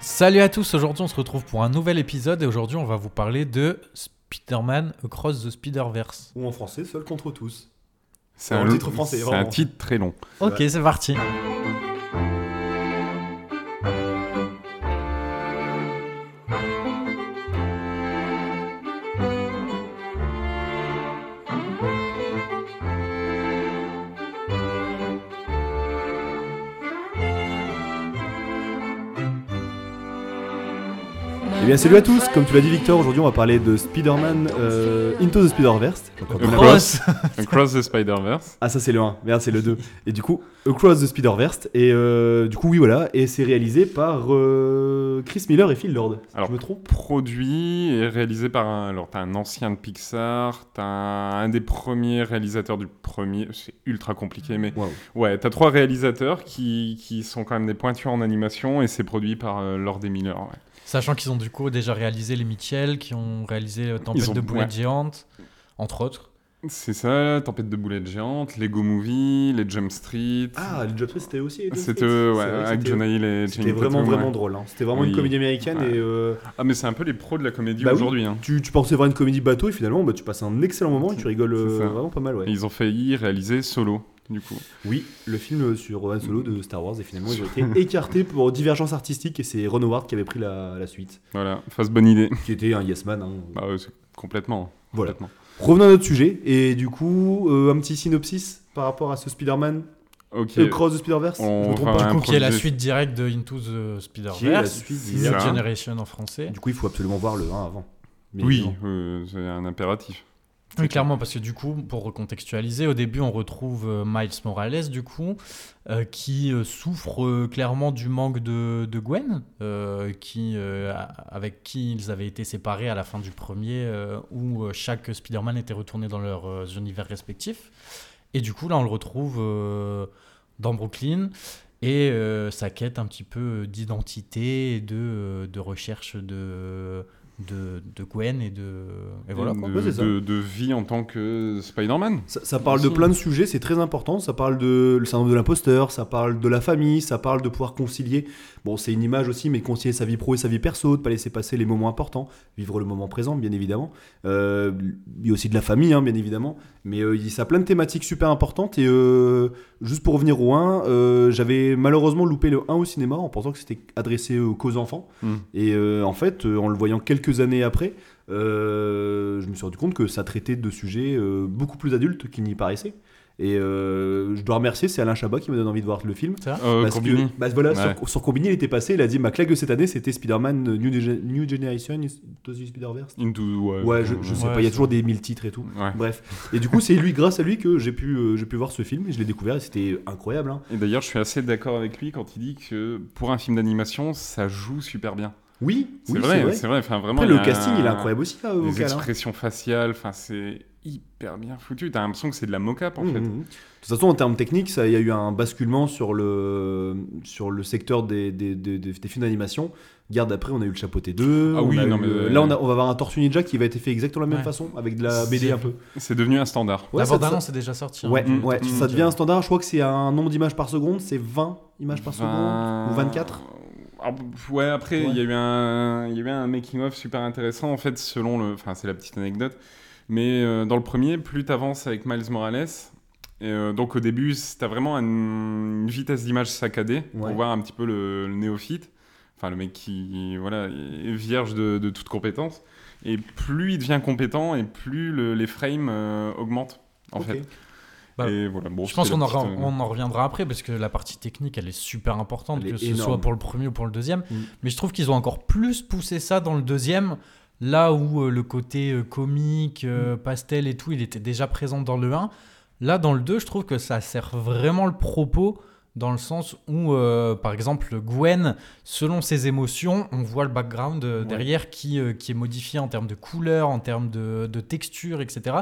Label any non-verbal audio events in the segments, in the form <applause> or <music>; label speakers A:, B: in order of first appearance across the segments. A: Salut à tous, aujourd'hui on se retrouve pour un nouvel épisode et aujourd'hui on va vous parler de Spider-Man Across the Spider-Verse.
B: Ou en français, seul contre tous.
C: C'est
B: Un
C: long-
B: titre français,
C: C'est un
B: vraiment.
C: titre très long.
A: Ok, c'est parti.
B: Eh bien, salut à tous. Comme tu l'as dit, Victor, aujourd'hui on va parler de Spider-Man euh, Into the Spider-Verse. Donc, on a-
A: Cross
C: <laughs> Across the Spider-Verse.
B: Ah, ça c'est le 1, merde, c'est le 2. Et du coup, Across the Spider-Verse. Et euh, du coup, oui, voilà. Et c'est réalisé par euh, Chris Miller et Phil Lord.
C: Alors,
B: je me trompe
C: Produit et réalisé par un, alors, t'as un ancien de Pixar, t'as un, un des premiers réalisateurs du premier, c'est ultra compliqué, mais
B: Waouh.
C: ouais, t'as trois réalisateurs qui, qui sont quand même des pointures en animation et c'est produit par euh, Lord et Miller. ouais.
A: Sachant qu'ils ont du coup déjà réalisé les Mitchell, qui ont réalisé euh, Tempête
C: Ils ont-
A: de boulettes
C: ouais.
A: géantes, entre autres.
C: C'est ça, Tempête de boulettes géantes, Lego Movie, les Jump Street.
B: Ah, le Job Street, c'était aussi.
C: c'était euh, ouais,
B: C'est vrai que
C: avec
B: c'était-
C: Jonah Hill et Channing
B: C'était vraiment,
C: Tatum, ouais.
B: vraiment drôle. hein. C'était vraiment une
C: Oui.
B: comédie américaine.
C: Ouais.
B: Et euh,
C: Ah mais c'est un peu les pros de la comédie
B: Bah oui.
C: aujourd'hui. hein.
B: tu, tu pensais voir une comédie bateau et finalement, bah, tu passes un excellent moment et tu rigoles
C: C'est ça.
B: euh, vraiment pas mal, ouais.
C: Et Ils ont failli réaliser Solo, du coup.
B: Oui, le film sur Han Solo
C: Mm.
B: de Star Wars, et finalement, ils ont été
C: <laughs>
B: écartés pour divergence artistique, et c'est Ron Howard qui avait pris la, la suite,
C: Voilà, fausse bonne idée.
B: qui était un yes man. hein.
C: Bah, euh, c'est complètement.
B: Voilà.
C: complètement.
B: Revenons à notre sujet, et du coup, euh, un petit synopsis par rapport à ce Spider-Man,
C: Ok.
B: le Cross de Spider-Verse
C: On
B: je me trompe
C: va-
B: pas
A: Du coup, qui est la
C: improvisé.
A: suite directe de Into the
B: Qui est la
A: Spider-Verse,
B: suite
C: c'est
A: New
C: ça.
A: Generation en français.
B: Du coup, il faut absolument voir le 1 avant. Bien
C: Oui,
B: évidemment.
C: euh, c'est un impératif.
A: Oui, clairement, parce que du coup, pour recontextualiser, au début, on retrouve euh, Miles Morales, du coup, euh, qui euh, souffre euh, clairement du manque de, de Gwen, euh, qui, euh, a- avec qui ils avaient été séparés à la fin du premier, euh, où euh, chaque Spider-Man était retourné dans leurs euh, univers respectifs. Et du coup, là, on le retrouve euh, dans Brooklyn. Et euh, sa quête un petit peu d'identité et de, euh, de recherche de, de, de Gwen et de... Et voilà, quoi.
C: de,
B: Ouais, Bah, c'est ça.
C: de- de vie en tant que Spider-Man.
B: Ça, ça parle de plein de sujets, c'est très important. Ça parle de le syndrome de l'imposteur, ça parle de la famille, ça parle de pouvoir concilier. Bon, c'est une image aussi, mais concilier sa vie pro et sa vie perso, de pas laisser passer les moments importants, vivre le moment présent, bien évidemment. Euh, il y a aussi de la famille, hein, bien évidemment. Mais euh, il- ça a plein de thématiques super importantes. Et euh, juste pour revenir au 1, euh, j'avais malheureusement loupé le 1 au cinéma en pensant que c'était adressé euh, qu'aux enfants.
C: Mm.
B: Et euh, en fait, euh, en le voyant quelques années après, euh, je me suis rendu compte que ça traitait de sujets euh, beaucoup plus adultes qu'il n'y paraissait. Et euh, je dois remercier, c'est Alain Chabat qui m'a donné envie de voir le film.
C: Euh,
B: parce
C: Combini.
B: que bah, voilà,
C: Ouais.
B: sur, sur Combini, il était passé, il a dit ma claque de cette année, c'était Spider-Man euh, New, Dege- New Generation, Into the Spider-Verse.
C: Into. Euh, Ouais,
B: Ouais, je, je sais
A: Ouais,
B: pas, il y a
A: c'est-
B: toujours des mille titres et tout.
C: Ouais.
B: Bref. Et du coup, c'est lui, grâce à lui, que j'ai pu, euh, j'ai pu voir ce film et je l'ai découvert et c'était incroyable. hein.
C: Et d'ailleurs, je suis assez d'accord avec lui quand il dit que pour un film d'animation, ça joue super bien.
B: Oui,
C: C'est
B: oui,
C: vrai, c'est vrai. Enfin, vraiment,
B: Après,
C: il y
B: le
C: a
B: casting, il est
C: un-
B: incroyable aussi, là,
C: Les
B: vocal, hein.
C: expressions faciales, enfin, c'est hyper bien foutu. T'as l'impression que c'est de la mocap en
B: Mhm,
C: fait.
B: mhm. De toute façon, en termes techniques, ça, il y a eu un basculement sur le, sur le secteur des, des, des- des- des films d'animation. Garde après, on a eu le chapeauté 2.
C: Ah
B: on
C: oui,
B: a
C: non,
B: eu,
C: mais,
B: euh,
C: euh,
B: Là, on, a- on va avoir un Tortue Ninja qui va être fait exactement de la même
A: Ouais.
B: façon, avec de la BD un peu.
C: C'est devenu un standard.
B: Ouais,
A: la
B: ça-
A: bande-annonce est déjà sortie.
B: ça- ouais,
C: Mm,
B: ouais,
C: mm,
B: ça devient un standard. Je crois que c'est un nombre d'images par seconde, c'est 20 images par seconde, ou 24.
C: Ah, b- Ouais, après, il
B: Ouais.
C: y a eu un, il y a eu un making-of super intéressant, en fait, selon le. Enfin, c'est la petite anecdote. Mais euh, dans le premier, plus t'avances avec Miles Morales, et, euh, donc au début, c- t'as vraiment un- une vitesse d'image saccadée pour
B: Ouais.
C: voir un petit peu le, le néophyte, enfin, le mec qui voilà, est vierge de, de toute compétence. Et plus il devient compétent, et plus le- les frames euh, augmentent, en
B: Ok.
C: fait.
A: Bah,
C: et voilà, bon,
A: Je pense
C: c'était
A: qu'on
C: la
A: en,
C: petite, euh,
A: on en reviendra après parce que la partie technique elle est super importante,
B: Elle est
A: que ce
B: énorme.
A: soit pour le premier ou pour le deuxième.
B: Mm.
A: Mais je trouve qu'ils ont encore plus poussé ça dans le deuxième, là où euh, le côté euh, comique, euh, pastel et tout, il était déjà présent dans le 1. Là, dans le 2, je trouve que ça sert vraiment le propos dans le sens où, euh, par exemple, Gwen, selon ses émotions, on voit le background euh,
C: Ouais.
A: derrière qui, euh, qui est modifié en termes de couleur, en termes de, de texture, etc.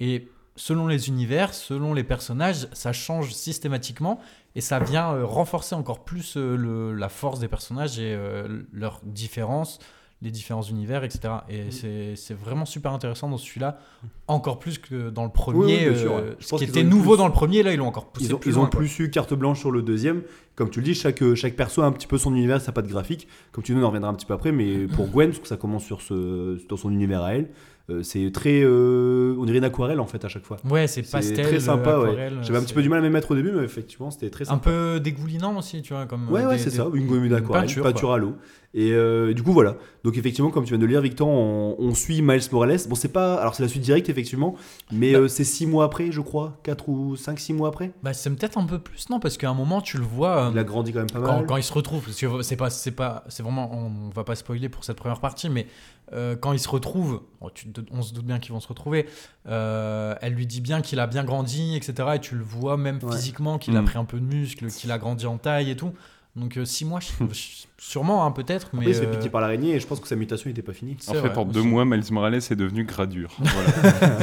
A: Et selon les univers, selon les personnages, ça change systématiquement et ça vient euh, renforcer encore plus euh, le- la force des personnages et euh, leurs différences, les différents univers, etc. Et c'est- c'est vraiment super intéressant dans celui-là, encore plus que dans le premier. euh,
B: Oui, oui, bien sûr, ouais. Je
A: Ce
B: pense
A: qui
B: qu'ils
A: était
B: ont eu
A: nouveau
B: plus-
A: dans le premier, là, ils l'ont encore poussé
B: Ils ont,
A: plus
B: ils ont
A: loin, quoi.
B: plus eu carte blanche sur le deuxième. Comme tu le dis, chaque, euh, chaque perso a un petit peu son univers, sa patte graphique. Comme tu nous on en reviendra un petit peu après, mais pour Gwen, parce que ça commence sur ce, dans son univers à elle, euh, c'est très. euh, on dirait une aquarelle en fait à chaque fois.
A: Ouais, c'est
B: C'est
A: pastel,
B: très sympa, ouais.
A: aquarelle,
B: J'avais un petit
A: c'est
B: peu du mal à me mettre au début, mais effectivement, c'était très
A: Un
B: sympa.
A: peu dégoulinant aussi, tu vois, comme.
B: Ouais,
A: euh,
B: ouais,
A: des-
B: c'est
A: des-
B: ça, une gomme d'aquarelle,
A: peinture,
B: peinture,
A: quoi.
B: à l'eau. Et euh, du coup, voilà. Donc, effectivement, comme tu viens de le lire, Victor, on, on suit Miles Morales. Bon, c'est pas. Alors, c'est la suite directe, effectivement, mais
A: Bah.
B: euh, c'est 6 mois après, je crois. 4 ou 5, 6 mois après.
A: Bah, c'est peut-être un peu plus, non Parce qu'à un moment, tu le vois. euh,
B: Il a grandi quand même pas
A: quand,
B: mal.
A: quand ils se retrouvent, parce que c'est pas, c'est pas, c'est vraiment, on va pas spoiler pour cette première partie, mais euh, quand ils se retrouvent, bon, tu te- on se doute bien qu'ils vont se retrouver. euh, elle lui dit bien qu'il a bien grandi, etc. Et tu le vois même
B: Ouais.
A: physiquement qu'il a
C: Mm.
A: pris un peu de muscle, qu'il a grandi en taille et tout. Donc 6 six mois, je- je- sûrement, hein, peut-être, mais
B: Après, il se fait
A: euh,
B: piquer par l'araignée et je pense que sa mutation n'était
A: <laughs>
B: pas finie.
A: c'est
C: En fait,
A: vrai,
C: en deux
A: aussi.
C: mois, Miles Morales est devenu
A: <laughs>
C: gradure. Voilà.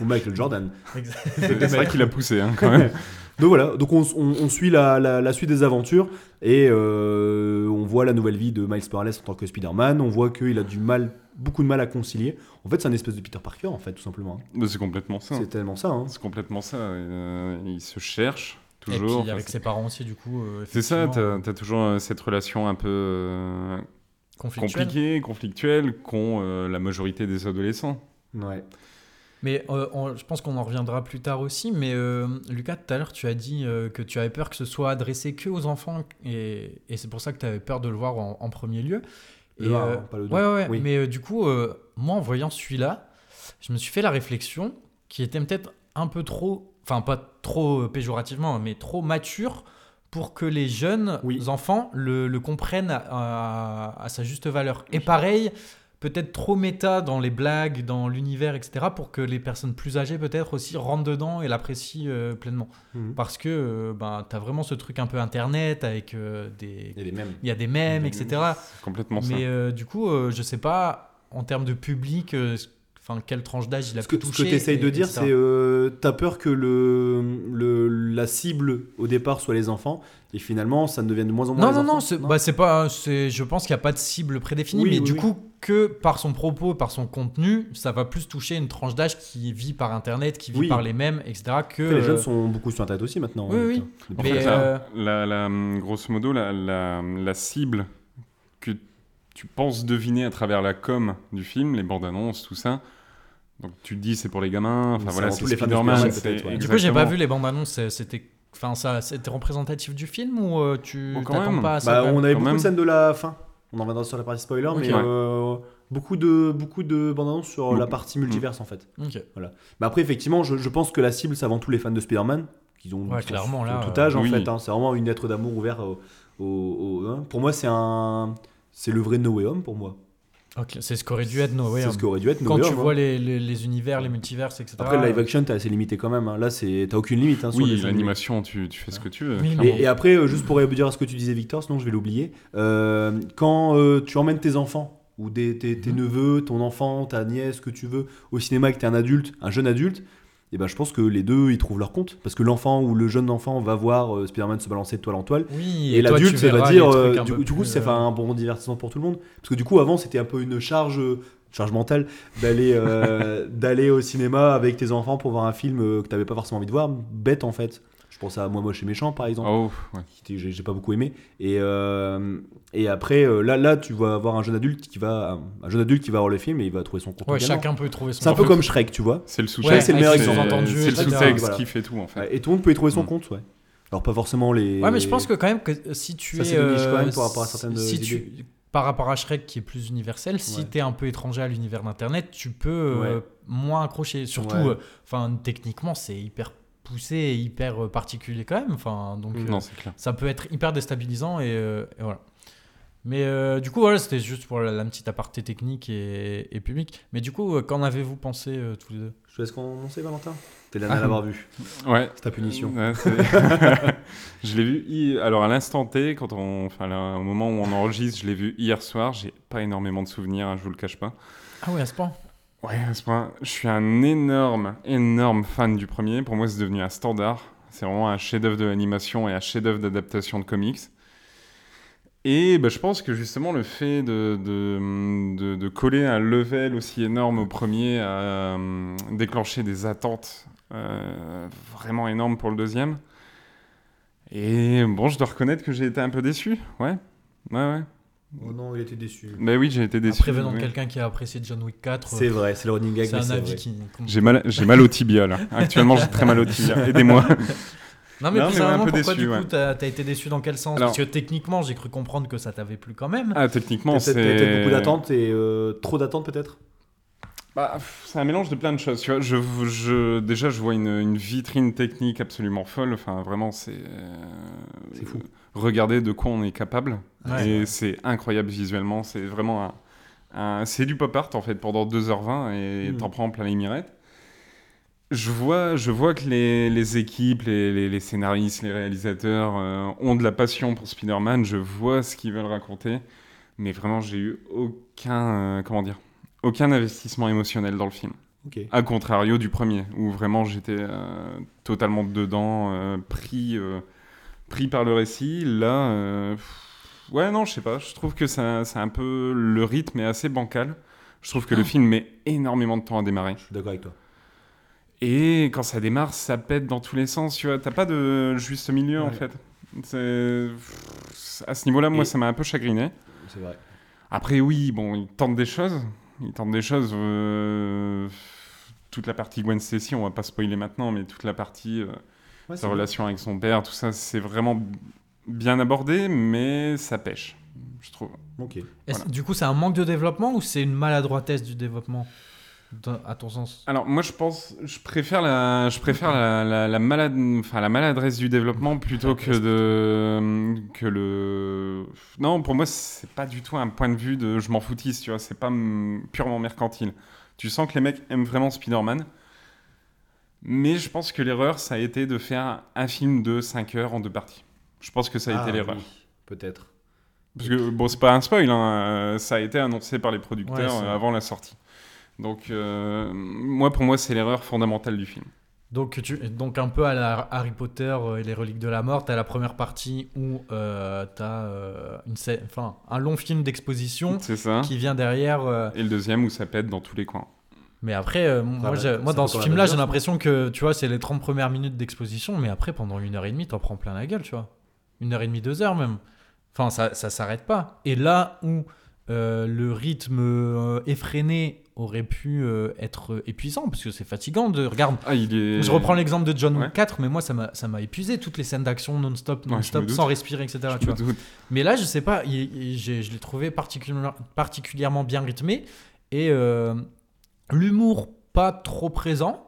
B: Ou Michael Jordan.
C: c'est ça qui l'a poussé, hein,
A: <laughs>
C: quand même.
B: Donc voilà, donc on, on- on suit la, la- la suite des aventures et euh, on voit la nouvelle vie de Miles Morales en tant que Spider-Man. On voit qu'il a du mal, beaucoup de mal à concilier. En fait, c'est un espèce de Peter Parker, en fait, tout simplement. hein.
C: Mais C'est complètement ça.
B: C'est tellement ça. hein.
C: C'est complètement ça. euh, il se cherche
A: Et
C: toujours.
A: puis
C: Enfin,
A: avec
C: c'est-
A: ses parents aussi, du coup. euh,
C: c'est ça,
A: effectivement,
C: t'as as toujours euh, cette relation un peu euh,
A: conflictuel.
C: compliquée, conflictuelle qu'ont euh, la majorité des adolescents.
B: Ouais.
A: Mais euh, on- je pense qu'on en reviendra plus tard aussi. Mais euh, Lucas, tout à l'heure, tu as dit euh, que tu avais peur que ce soit adressé que aux enfants. Et, et c'est pour ça que tu avais peur de le voir en, en premier lieu.
B: Le
A: Et,
B: un,
A: euh,
B: hein, pas le deux.
A: ouais, ouais, ouais.
B: Oui.
A: Mais euh, du coup, euh, moi, en voyant celui-là, je me suis fait la réflexion qui était peut-être un peu trop, enfin, pas trop euh, péjorativement, mais trop mature pour que les jeunes
B: Oui.
A: enfants le, le comprennent à, à- à sa juste valeur. Et pareil, peut-être trop méta dans les blagues, dans l'univers, etc., pour que les personnes plus âgées, peut-être aussi, rentrent dedans et l'apprécient euh, pleinement.
B: Mhm.
A: Parce que euh, ben, tu as vraiment ce truc un peu internet avec euh, des.
B: Il y a les mêmes.
A: Il y a des mèmes,
C: Des
A: etc.
C: mèmes. C'est complètement ça.
A: Mais euh, du coup, euh, je sais pas, en termes de public, euh, ce- enfin, quelle tranche d'âge il a
B: Ce que,
A: pu
B: ce
A: toucher.
B: que t'essayes de
A: et-
B: dire,
A: etc.
B: c'est euh, t'as peur que le, le- la cible au départ soit les enfants et finalement ça ne devienne de moins en moins
A: Non,
B: euh,
A: non,
B: les enfants.
A: non, c'est bah, c'est pas. c'est- Je pense qu'il n'y a pas de cible prédéfinie,
B: Oui,
A: mais
B: oui,
A: du
B: oui.
A: coup, que par son propos, par son contenu, ça va plus toucher une tranche d'âge qui vit par Internet, qui vit
B: Oui.
A: par les mêmes, etc. Que,
B: Après, les jeunes
A: euh,
B: sont beaucoup sur Internet aussi maintenant.
A: Oui,
B: hein,
A: oui.
B: putain.
C: En
B: Depuis-
A: Mais,
C: fait, la-
A: euh,
C: la, la- hum, grosso modo, la, la- la cible que tu penses deviner à travers la com du film, les bandes annonces, tout ça. Donc tu te dis c'est pour les gamins, enfin
B: C'est
C: voilà,
B: en
C: c'est
B: tous les fans de
C: Spider-Man.
B: Spider-Man,
C: c'est-
B: peut-être, ouais.
A: Du coup, j'ai pas
C: exactement.
A: vu les bandes annonces, c'est- c'était. Enfin, ça, c'était représentatif du film ou euh, tu
C: Oh, quand
A: t'attends
C: même.
A: pas à ça
B: Bah,
A: quand même
B: on avait
C: Quand
B: beaucoup
C: même.
B: de scènes de la fin. On en reviendra sur la partie spoiler,
A: Ok.
B: mais
C: Ouais.
B: euh, beaucoup de beaucoup de bandes annonces sur
A: Mm.
B: la partie multiverse en fait.
A: Ok.
B: Mais après, effectivement, je, je pense que la cible, c'est avant tout les fans de Spider-Man, qui ont
A: Ouais,
B: qui sont-
A: clairement,
B: qui ont
A: là,
B: tout âge
C: euh,
B: en
C: oui.
B: fait. hein. C'est vraiment une lettre d'amour ouverte au. au- au- hein. Pour moi, c'est un, c'est le vrai No Way Home pour moi.
A: Ok, C'est ce qu'aurait dû être Noé. hein.
B: c'est ce qu'aurait dû être No
A: Quand
B: Way
A: tu
B: Home,
A: vois
B: hein.
A: les, les, les univers, les multivers, etc.
B: Après, le live action, t'es assez limité quand même. hein. Là, c'est t'as aucune limite. hein, sur les
C: Oui,
B: films.
C: l'animation, tu, tu fais ce que tu veux.
A: Oui, non,
B: Et, et après, euh, juste pour dire à ce que tu disais, Victor, sinon je vais l'oublier. euh, quand euh, tu emmènes tes enfants ou des- tes, tes
A: Mhm.
B: neveux, ton enfant, ta nièce, ce que tu veux, au cinéma, et que t'es un adulte, un jeune adulte, et ben je pense que les deux ils trouvent leur compte parce que l'enfant ou le jeune enfant va voir euh, Spider-Man se balancer de toile en toile.
A: Oui,
B: Et,
A: toi,
B: l'adulte,
A: tu
B: ça va
A: verras
B: dire,
A: les trucs
B: euh,
A: un
B: du,
A: peu
B: coup- du coup,
A: plus,
B: c'est
A: euh,
B: un bon divertissement pour tout le monde. Parce que du coup, avant, c'était un peu une charge, euh, charge mentale d'aller,
A: <laughs>
B: euh, d'aller au cinéma avec tes enfants pour voir un film euh, que t'avais pas forcément envie de voir, bête en fait. Je pense à Moi Moche et Méchant, par exemple,
C: Oh, ouais.
B: qui était- j'ai, j'ai pas beaucoup aimé. Et, euh, et après, euh, là, là, tu vas avoir un jeune adulte qui va, un jeune adulte qui va voir le film et il va trouver son contenu.
A: Ouais,
B: gamin.
A: chacun peut trouver son.
B: C'est un peu
A: truc.
B: comme Shrek, tu vois.
C: C'est le
A: Ouais,
C: sous-texte.
B: c'est le meilleur
C: c'est-
A: sous-entendu,
C: C'est le
A: etc.
C: sous-texte
B: Voilà.
C: qui fait tout, en fait.
B: Et tout le monde peut y trouver son
C: Mm.
B: compte, ouais. Alors pas forcément les.
A: Ouais, mais je pense que quand même que si tu
B: Ça,
A: es
B: c'est de niche
A: euh,
B: quand même par rapport à certaines
A: si tu- par rapport à Shrek qui est plus universel, si
B: Ouais.
A: tu es un peu étranger à l'univers d'internet, tu peux euh,
B: Ouais.
A: moins accrocher. Surtout,
B: Ouais.
A: euh, enfin techniquement, c'est hyper poussé et hyper euh, particulier quand même. Enfin, donc euh,
C: Non, c'est clair.
A: ça peut être hyper déstabilisant et, euh, et voilà. Mais euh, du coup, voilà, c'était juste pour la, la petite aparté technique et, et public. Mais du coup, euh, qu'en avez-vous pensé euh, tous les deux
B: Je te laisse commencer, Valentin. T'es
A: Ah.
B: l'année à l'avoir vu.
C: Ouais.
B: C'est ta punition.
C: Ouais, c'est- <laughs> je l'ai vu. hi- Alors à l'instant T, quand on, enfin là, au moment où on enregistre, je l'ai vu hier soir. J'ai pas énormément de souvenirs, hein, je vous le cache pas.
A: Ah oui, à ce point.
C: Ouais, à ce point, je suis un énorme, énorme fan du premier. Pour moi, c'est devenu un standard. C'est vraiment un chef-d'œuvre de l'animation et un chef-d'œuvre d'adaptation de comics. Et bah, je pense que justement, le fait de, de, de- de coller un level aussi énorme au premier a euh, déclenché des attentes euh, vraiment énormes pour le deuxième. Et bon, je dois reconnaître que j'ai été un peu déçu. Ouais, ouais, ouais.
B: Oh non, il était déçu.
C: Bah oui, j'ai été déçu.
A: Après, venant de
C: oui.
A: quelqu'un qui a apprécié John Wick 4,
B: C'est
A: euh,
B: vrai, c'est le running gag.
A: c'est
B: mais
A: un avis
B: vrai.
A: qui. qu'on-
C: J'ai mal, j'ai mal au tibia là. Actuellement, j'ai très mal au tibia. Aidez-moi.
A: Non, mais
C: Non, mais
A: plus
C: ouais, un
A: sérieusement,
C: peu
A: pourquoi
C: déçu,
A: du coup
C: ouais.
A: t'as t'as été déçu dans quel sens
C: Alors-
A: Parce que techniquement, j'ai cru comprendre que ça t'avait plu quand même.
C: Ah, techniquement,
B: Peut-être
C: c'est.
B: peut-être beaucoup d'attentes et euh, trop d'attentes peut-être.
C: Bah, pff, c'est un mélange de plein de choses. Tu vois, je, je- déjà, je vois une, une vitrine technique absolument folle. Enfin, vraiment, c'est. euh,
B: C'est fou.
C: Regardez de quoi on est capable.
A: Ouais.
C: et c'est incroyable visuellement. C'est vraiment un. un- c'est du pop art en fait pendant 2h20 et
B: Mm.
C: t'en prends plein les mirettes. Je vois, je vois que les, les équipes, les, les- les scénaristes, les réalisateurs euh, ont de la passion pour Spider-Man. Je vois ce qu'ils veulent raconter. Mais vraiment, j'ai eu aucun. euh, comment dire aucun investissement émotionnel dans le film.
B: Ok.
C: À contrario du premier, où vraiment j'étais euh, totalement dedans, euh, pris, euh, pris par le récit. Là, euh, pff, ouais, non, je sais pas. Je trouve que ça, c'est un peu le rythme est assez bancal. Je trouve que
B: Ah.
C: le film met énormément de temps à démarrer.
B: Je suis d'accord avec toi.
C: Et quand ça démarre, ça pète dans tous les sens. Tu vois, t'as pas de juste milieu en
B: Ouais.
C: fait. C'est- pff, À ce niveau-là, moi,
B: Et-
C: ça m'a un peu chagriné.
B: C'est vrai.
C: Après, oui, bon, ils tentent des choses. Ils tentent des choses. euh, Toute la partie Gwen Stacy, on va pas spoiler maintenant, mais toute la partie, euh,
B: Ouais, Ah, c'est
C: sa
B: vrai.
C: relation avec son père, tout ça, c'est vraiment b- bien abordé, mais ça pêche, je trouve.
B: Ok.
A: Est-ce- Du coup, c'est un manque de développement ou c'est une maladroitesse du développement dans- à ton sens
C: Alors, moi, je pense, je préfère la, je préfère la, la, la malade, enfin, la maladresse du développement plutôt que de. que le. Non, pour moi, c'est pas du tout un point de vue de je m'en foutisse, tu vois, c'est pas mm, purement mercantile. Tu sens que les mecs aiment vraiment Spider-Man. Mais je pense que l'erreur, ça a été de faire un film de 5 heures en deux parties. Je pense que ça a
B: Ah,
C: été l'erreur.
B: oui, Peut-être.
C: Parce que, bon, c'est pas un spoil, hein, euh, ça a été annoncé par les producteurs
A: Ouais, c'est-
C: euh, avant la sortie. Donc, euh, moi, pour moi, c'est l'erreur fondamentale du film.
A: Donc, tu, donc un peu à la Harry Potter euh, et les reliques de la mort, t'as la première partie où euh, t'as euh, une scè- enfin, un long film d'exposition
C: C'est ça.
A: qui vient derrière. euh,
C: Et le deuxième où ça pète dans tous les coins.
A: mais après, euh, moi,
B: bah,
A: j'ai- moi
B: ça
A: dans
B: fait
A: ce
B: quand
A: film-là,
B: même
A: j'ai
B: bien,
A: l'impression que tu vois, c'est les 30 premières minutes d'exposition, mais après, pendant une heure et demie, t'en prends plein la gueule, tu vois. Une heure et demie, deux heures même. Enfin, ça, ça s'arrête pas. Et là où euh, le rythme euh, effréné aurait pu euh, être épuisant, parce que c'est fatigant de. Regarde,
C: Ah, il est.
A: Je reprends l'exemple de John Wick
C: Ouais.
A: 4, mais moi ça m'a ça m'a épuisé toutes les scènes d'action non-stop,
C: Ouais, je me
A: non-stop,
C: doute.
A: sans respirer, etc.
C: Je
A: tu
C: me
A: vois.
C: doute.
A: Mais là, je sais pas, il- il- j'ai- je l'ai trouvé particulièrement, particulièrement bien rythmé et euh, l'humour pas trop présent.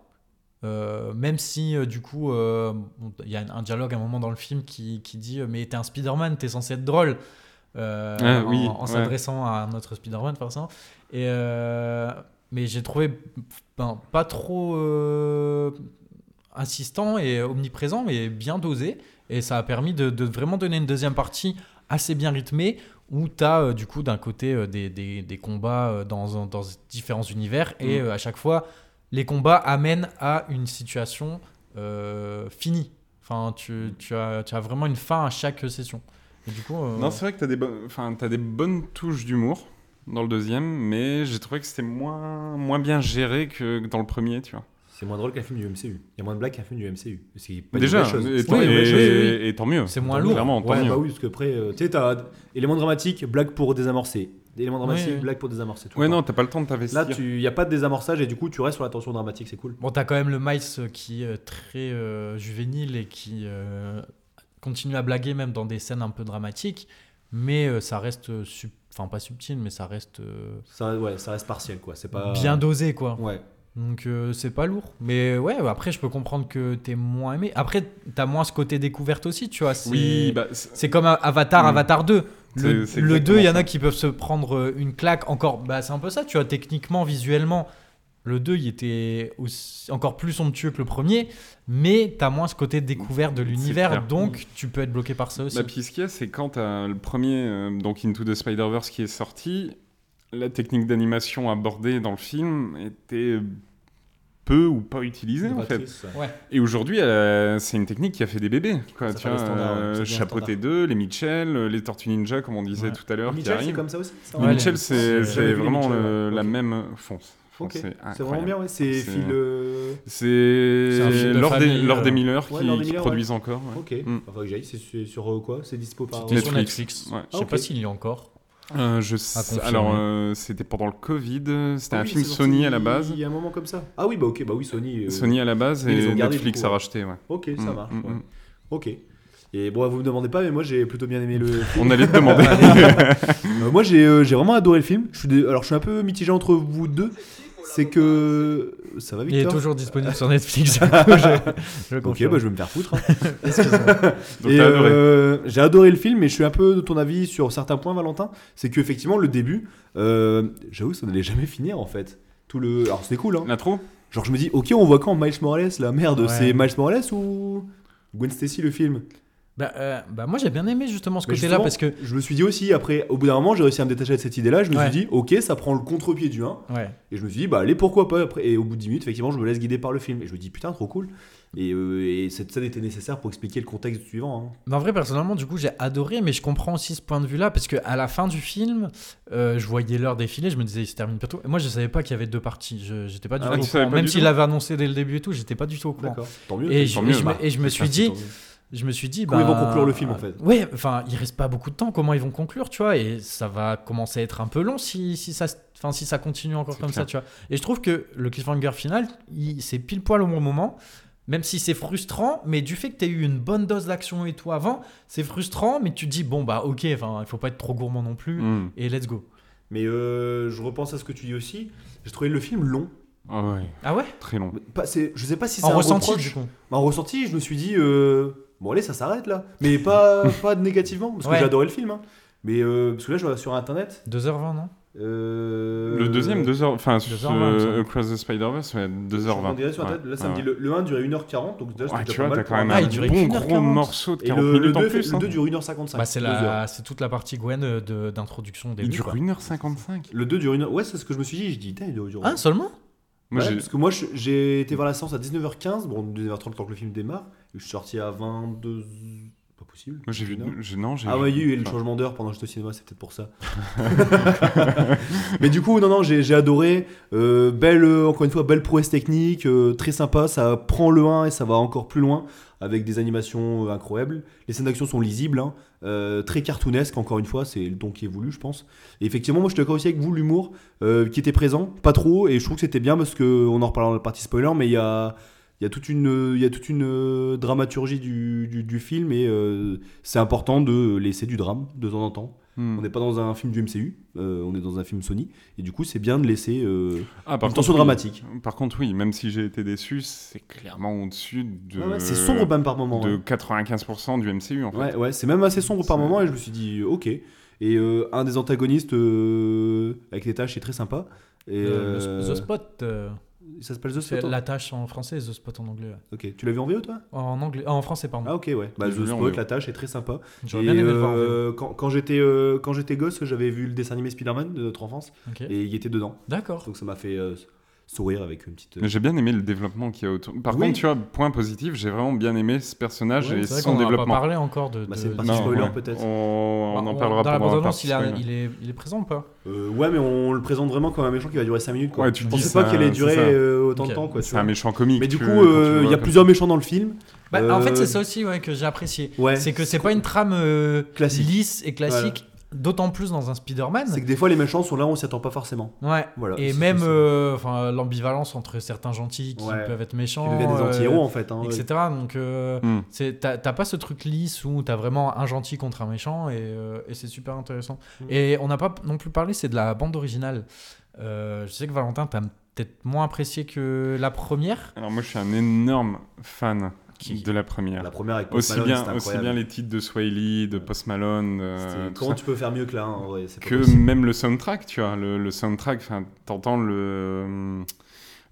A: euh, même si euh, du coup euh, bon, il y a un dialogue à un moment dans le film qui, qui dit euh, mais t'es un Spider-Man t'es censé être drôle euh,
C: Ah,
A: en-
C: oui,
A: en
C: ouais.
A: s'adressant à un autre Spider-Man forcément et euh, mais j'ai trouvé ben, pas trop euh, insistant et omniprésent, mais bien dosé. Et ça a permis de, de vraiment donner une deuxième partie assez bien rythmée, où tu as du coup d'un côté euh, des, des- des combats euh, dans, dans différents univers, et
C: Mm.
A: euh, à chaque fois, les combats amènent à une situation euh, finie. Enfin, tu, tu as, tu as vraiment une fin à chaque session. Et du coup, euh,
C: Non, c'est vrai que t'as des, bonnes- enfin, t'as des bonnes touches d'humour dans le deuxième, mais j'ai trouvé que c'était moins, moins bien géré que dans le premier, tu vois.
B: C'est moins drôle qu'un film du MCU. Il y a moins de blagues qu'un film du MCU. C'est
A: Bah,
B: pas une
C: Déjà,
B: mauvaise chose.
C: et,
B: C'est pas
C: tant-
A: Oui,
B: une
C: et-
B: mauvaise chose.
A: oui,
C: et tant mieux.
A: c'est moins
B: Tant
A: lourd.
C: Clairement, tant
B: Ouais,
C: mieux.
B: bah oui, parce qu'après, euh, tu sais, t'as élément dramatique, blague pour désamorcer. Élément dramatique,
A: Oui, oui.
B: blague pour désamorcer. tout
C: Ouais,
B: le
C: non,
B: temps.
C: t'as pas le temps de t'investir.
B: Là, il n'y a pas de désamorçage et du coup, tu restes sur la tension dramatique, c'est cool.
A: Bon, t'as quand même le Miles euh, qui est très euh, juvénile et qui euh, continue à blaguer même dans des scènes un peu dramatiques, mais euh, ça reste, euh, sub- enfin pas subtil, mais ça reste euh,
B: Ça, ouais, ça reste partiel, quoi. C'est pas.
A: bien dosé quoi.
B: Ouais.
A: Donc euh, c'est pas lourd. Mais ouais, bah, après je peux comprendre que t'es moins aimé. Après t'as moins ce côté découverte aussi, tu vois. c'est-
C: Oui, bah, c'est-
A: C'est comme Avatar,
C: Mm.
A: Avatar 2. Le,
C: C'est- c'est
A: le 2, il y en
C: exactement
A: a
C: ça.
A: qui peuvent se prendre euh, une claque encore. Bah, c'est un peu ça, tu vois, techniquement, visuellement. Le 2, il était aussi- encore plus somptueux que le premier, mais t'as moins ce côté découvert de
C: C'est
A: l'univers,
C: clair.
A: donc tu peux être bloqué par ça aussi.
C: Bah, puis ce qu'il y a, c'est quand t'as le premier, euh, donc Into the Spider-Verse, qui est sorti, la technique d'animation abordée dans le film était peu ou pas utilisée
D: Une
C: en fait.
D: matrice, ouais.
C: Et aujourd'hui, euh, c'est une technique qui a fait des bébés. Quoi,
D: Ça
C: tu
D: fait
C: vois,
D: les standards,
C: euh,
D: ouais, c'est bien
C: Chapeauté
D: standard.
C: 2, les Mitchell, euh, les Tortues Ninja, comme on disait
A: Ouais.
C: tout à l'heure, qui
B: Mitchell, c'est
C: arrivent.
B: comme ça aussi ça,
C: Les
A: Ouais,
C: Mitchell,
A: les-
C: c'est
B: j'ai
C: c'est
B: jamais vu les
C: vraiment
B: Mitchell,
C: euh,
B: ouais.
C: la
B: Ok.
C: même fonce.
B: Ok.
C: C'est
B: C'est vraiment
C: Ah, incroyable.
B: bien, ouais. C'est
C: C'est-
B: Phil. euh,
A: C'est un
C: C'est
A: film de
C: Lord, des-
A: famille,
C: Lord
A: euh,
C: des Miller qui,
B: ouais, Lord des
C: qui
B: Miller,
C: produisent encore. ouais.
B: Ok.
C: Mm.
B: Enfin, que j'aille, c'est sur, sur, euh, quoi C'est dispo par.
A: C'était sur
C: Netflix.
A: Netflix.
C: Ouais.
A: Je sais
B: Ah, ok.
A: pas s'il y a encore.
C: Euh, je sais-
A: confirmer.
C: alors, euh, c'était pendant le Covid. C'était
B: Ah
C: un
B: oui,
C: film
B: c'est
C: Sony
B: sorti
C: à la base.
B: Il y a un moment comme ça. Ah oui, bah ok, bah oui, Sony. euh,
C: Sony à la base
B: ils les
C: et
B: ont gardés,
C: Netflix
B: du coup,
C: a
B: ouais.
C: racheté. Ouais.
B: Ok,
C: Mm,
B: ça marche.
C: mm,
B: ouais.
C: mm.
B: Ok. Et bon, vous me demandez pas, mais moi j'ai plutôt bien aimé le.
C: On allait
B: <laughs>
C: te
A: <laughs>
C: demander.
B: Euh, moi j'ai euh, j'ai vraiment adoré le film. Je suis dé- Alors je suis un peu mitigé entre vous deux. C'est que. Ça va,
A: Il est
B: Victor
A: toujours disponible
B: <laughs>
A: sur Netflix. <laughs> je, je
B: Ok,
A: confirme.
B: bah je vais me
A: <laughs>
B: faire foutre. hein.
C: Donc,
B: Et,
C: t'as adoré.
B: euh, J'ai adoré le film, mais je suis un peu de ton avis sur certains points, Valentin. C'est qu'effectivement, le début, euh, j'avoue que ça n'allait jamais finir en fait. Tout le... Alors c'était cool, hein.
C: L'intro
B: Genre je me dis, ok, on voit quand Miles Morales La merde,
A: Ouais.
B: c'est Miles Morales ou Gwen Stacy le film
A: Bah, euh, bah, moi j'ai bien aimé justement ce
B: Mais
A: côté-là
B: justement,
A: parce que.
B: Je me suis dit aussi, après, au bout d'un moment, j'ai réussi à me détacher de cette idée-là. Je me
A: Ouais.
B: suis dit, ok, ça prend le contre-pied du 1.
A: Ouais.
B: Et je me suis dit, bah allez, pourquoi pas après. Et au bout de 10 minutes, effectivement, je me laisse guider par le film. Et je me dis, putain, trop cool. Et, euh, et cette scène était nécessaire pour expliquer le contexte suivant. hein.
A: Mais en vrai, personnellement, du coup, j'ai adoré, mais je comprends aussi ce point de vue-là, parce que à la fin du film, euh, je voyais l'heure défiler, je me disais, il se termine pas tout. Moi, je savais pas qu'il y avait deux parties. Je- J'étais pas du
C: Ah,
A: tout
C: tu
A: au
C: savais
A: courant.
C: pas
A: Même
C: du
A: s'il
C: tout
A: avait annoncé dès le début et tout, j'étais pas du tout au courant.
B: D'accord. Tant mieux.
A: Et je,
C: Tant mieux,
A: et je me-
C: bah,
A: et je me suis
B: Merci,
A: dit,
B: tant mieux.
A: je me suis dit,
B: Comment ils vont
A: bah,
B: conclure le film, en fait.
A: Ouais, enfin, il reste pas beaucoup de temps. Comment ils vont conclure, tu vois Et ça va commencer à être un peu long si, si ça, se- enfin, si ça continue encore
C: C'est
A: comme
C: clair.
A: ça, tu vois. Et je trouve que le cliffhanger final, il- c'est pile poil au bon moment. Même si c'est frustrant, mais du fait que tu as eu une bonne dose d'action et tout avant, c'est frustrant, mais tu te dis, bon, bah ok, enfin, il faut pas être trop gourmand non plus,
B: hmm.
C: Mm.
A: et let's go.
B: Mais euh, je repense à ce que tu dis aussi. J'ai trouvé le film long.
C: Ah ouais,
A: Ah ouais
C: très long.
B: Pas- c'est- je sais pas si c'est
A: En
B: un
A: ressenti,
B: reproche.
A: du coup.
B: Mais en ressenti, je me suis dit euh, bon allez, ça s'arrête là. Mais
A: <laughs>
B: pas pas de négativement parce que
A: Ouais.
B: j'ai adoré le film. hein. Mais euh, parce que là, je vois sur internet.
A: 2h20, non
B: euh,
C: Le deuxième, 2 heures, enfin, ce-
A: 2h20, il me semble.
C: Across the Spider-Verse, ouais, 2h20.
B: On dirait sur internet. Là, ça me dit le, le 1 durait 1h40, donc déjà,
C: Ouais,
B: c'était
C: tu
B: déjà
C: vois,
B: pas mal
C: t'as quand
B: pour
C: même
B: un
A: Ah,
C: un
A: il
B: film.
A: durait
C: bon
A: 1h40.
C: gros morceau de
B: Et
C: 40
B: le, le
C: minutes en
B: 2,
C: plus.
B: le
C: hein.
B: 2 dure 1h55.
A: Bah, c'est
B: deux heures.
A: la... c'est toute la partie Gwen euh, de- d'introduction au début.
C: Il dure
A: quoi.
C: 1h55.
B: Le 2 dure 1h. Ouais, c'est ce que je me suis dit. Je dis, putain, il doit durer.
A: Ah, seulement
C: Moi,
B: Ouais,
C: j'ai.
B: parce que moi, je- j'ai été voir la séance à 19h15, bon, 19h30 tant que le film démarre, et je suis sorti à 22 Pas possible.
C: Moi j'ai vu. j'ai- Non, j'ai
B: Ah
C: vu-
B: ouais, il y a eu le
C: enfin,
B: changement d'heure pendant que j'étais au cinéma, c'est peut-être pour ça. <laughs> Mais du coup, non, non, j'ai j'ai adoré. Euh, belle, euh, encore une fois, belle prouesse technique, euh, très sympa, ça prend le 1 et ça va encore plus loin, avec des animations euh, incroyables. Les scènes d'action sont lisibles, hein, euh, très cartoonesques, encore une fois, c'est le don qui est voulu, je pense. Et effectivement, moi je suis d'accord aussi avec vous, l'humour euh, qui était présent, pas trop, et je trouve que c'était bien parce que on en reparlera dans la partie spoiler, mais il y a. Il y a toute une, euh, il y a toute une euh, dramaturgie du, du- du film et euh, c'est important de laisser du drame de temps en temps.
C: hmm.
B: On n'est pas dans un film du MCU, euh, on est dans un film Sony, et du coup c'est bien de laisser euh,
C: Ah, par
B: une
C: contre,
B: tension
C: oui.
B: dramatique.
C: Par contre, oui, même si j'ai été déçu, c'est clairement au-dessus de.
B: Ouais, ouais, c'est sombre même par moment.
C: De
B: hein.
C: 95% du MCU en fait.
B: Ouais, ouais, c'est même assez sombre par
C: C'est-
B: moment, et je me suis dit ok. Et euh, un des antagonistes euh, avec les tâches est très sympa. Et,
A: Le- le-
B: euh,
A: The Spot. euh,
B: ça s'appelle The
A: C'est
B: Spot. hein
A: la tâche en français et The Spot en anglais. ouais.
B: Ok, tu l'as vu en VO toi
A: En, anglais, euh, en français, pardon.
B: Ah ok ouais. Bah,
C: Je l'ai
B: The
C: vu en
B: Spot,
C: VO.
B: la tâche est très sympa.
A: J'aurais
B: Et,
A: bien aimé le voir. en VO.
B: euh, quand quand j'étais euh, quand j'étais gosse, j'avais vu le dessin animé Spider-Man de notre enfance
A: Ok.
B: et il était dedans.
A: D'accord.
B: Donc ça m'a fait euh, sourire avec une petite. euh,
C: Mais j'ai bien aimé le développement qu'il y a autour. Par
B: Oui.
C: contre, tu vois, point positif, j'ai vraiment bien aimé ce personnage
B: Ouais,
C: et
A: C'est vrai
C: son
A: qu'on n'en a pas
C: développement.
A: parlé encore de.
B: Bah,
A: de-
B: c'est une partie
A: de-
B: spoiler,
A: Bah,
C: ouais.
B: peut-être.
C: On, on en
A: on-
C: parlera
A: Dans la
C: pendant la
A: bande-annonce,
C: partie.
A: il, a-
C: spoiler.
A: il est, il est présent ou pas
B: Euh, ouais, mais on le présente vraiment comme un méchant qui va durer 5 minutes. Quoi.
C: Ouais, tu
B: je
A: te
B: pensais
A: dis
B: pas
C: ça,
B: qu'il allait
C: c'est
B: durer
C: ça.
B: euh, autant
A: Ok.
B: de temps. Quoi, tu
C: C'est un
B: vois.
C: méchant comique.
B: Mais du
C: tu-
B: coup,
C: quand tu
B: euh,
C: le
B: il y
C: vois
B: a
C: comme
B: plusieurs méchants dans le film.
A: Bah, En fait,
B: Euh,
A: c'est ça aussi ouais, que j'ai apprécié.
B: Ouais.
A: C'est que c'est pas une trame euh,
B: Classique.
A: lisse et classique, d'autant plus dans un Spider-Man.
B: C'est que des fois, les méchants sont là, on s'y attend pas forcément.
A: Ouais.
B: Voilà,
A: et
B: c'est-
A: même
B: c'est-
A: euh, enfin, l'ambivalence entre certains gentils qui
B: Ouais.
A: peuvent être
B: Ils
A: méchants.
B: deviennent des
A: euh,
B: anti-héros en fait. hein.
A: etc. Donc, euh,
C: Hmm.
A: c'est- t'as t'as pas ce truc lisse où t'as vraiment un gentil contre un méchant et, euh, et c'est super intéressant.
B: Hmm.
A: Et on n'a pas non plus parlé, c'est de la bande originale. Euh, je sais que Valentin, t'as peut-être moins apprécié que la première.
C: Alors moi, je suis un énorme fan
A: Qui-
C: de la première.
B: La première avec Post
C: aussi
B: Malone,
C: bien,
B: c'était
C: aussi
B: incroyable.
C: bien les titres de Swiley, de Post Malone, de-
B: C'était-
C: tout
B: Comment
C: ça.
B: tu peux faire mieux que là hein, en vrai, c'est pas
C: que
B: possible.
C: même le soundtrack, tu vois, le, le soundtrack, enfin, t'entends le,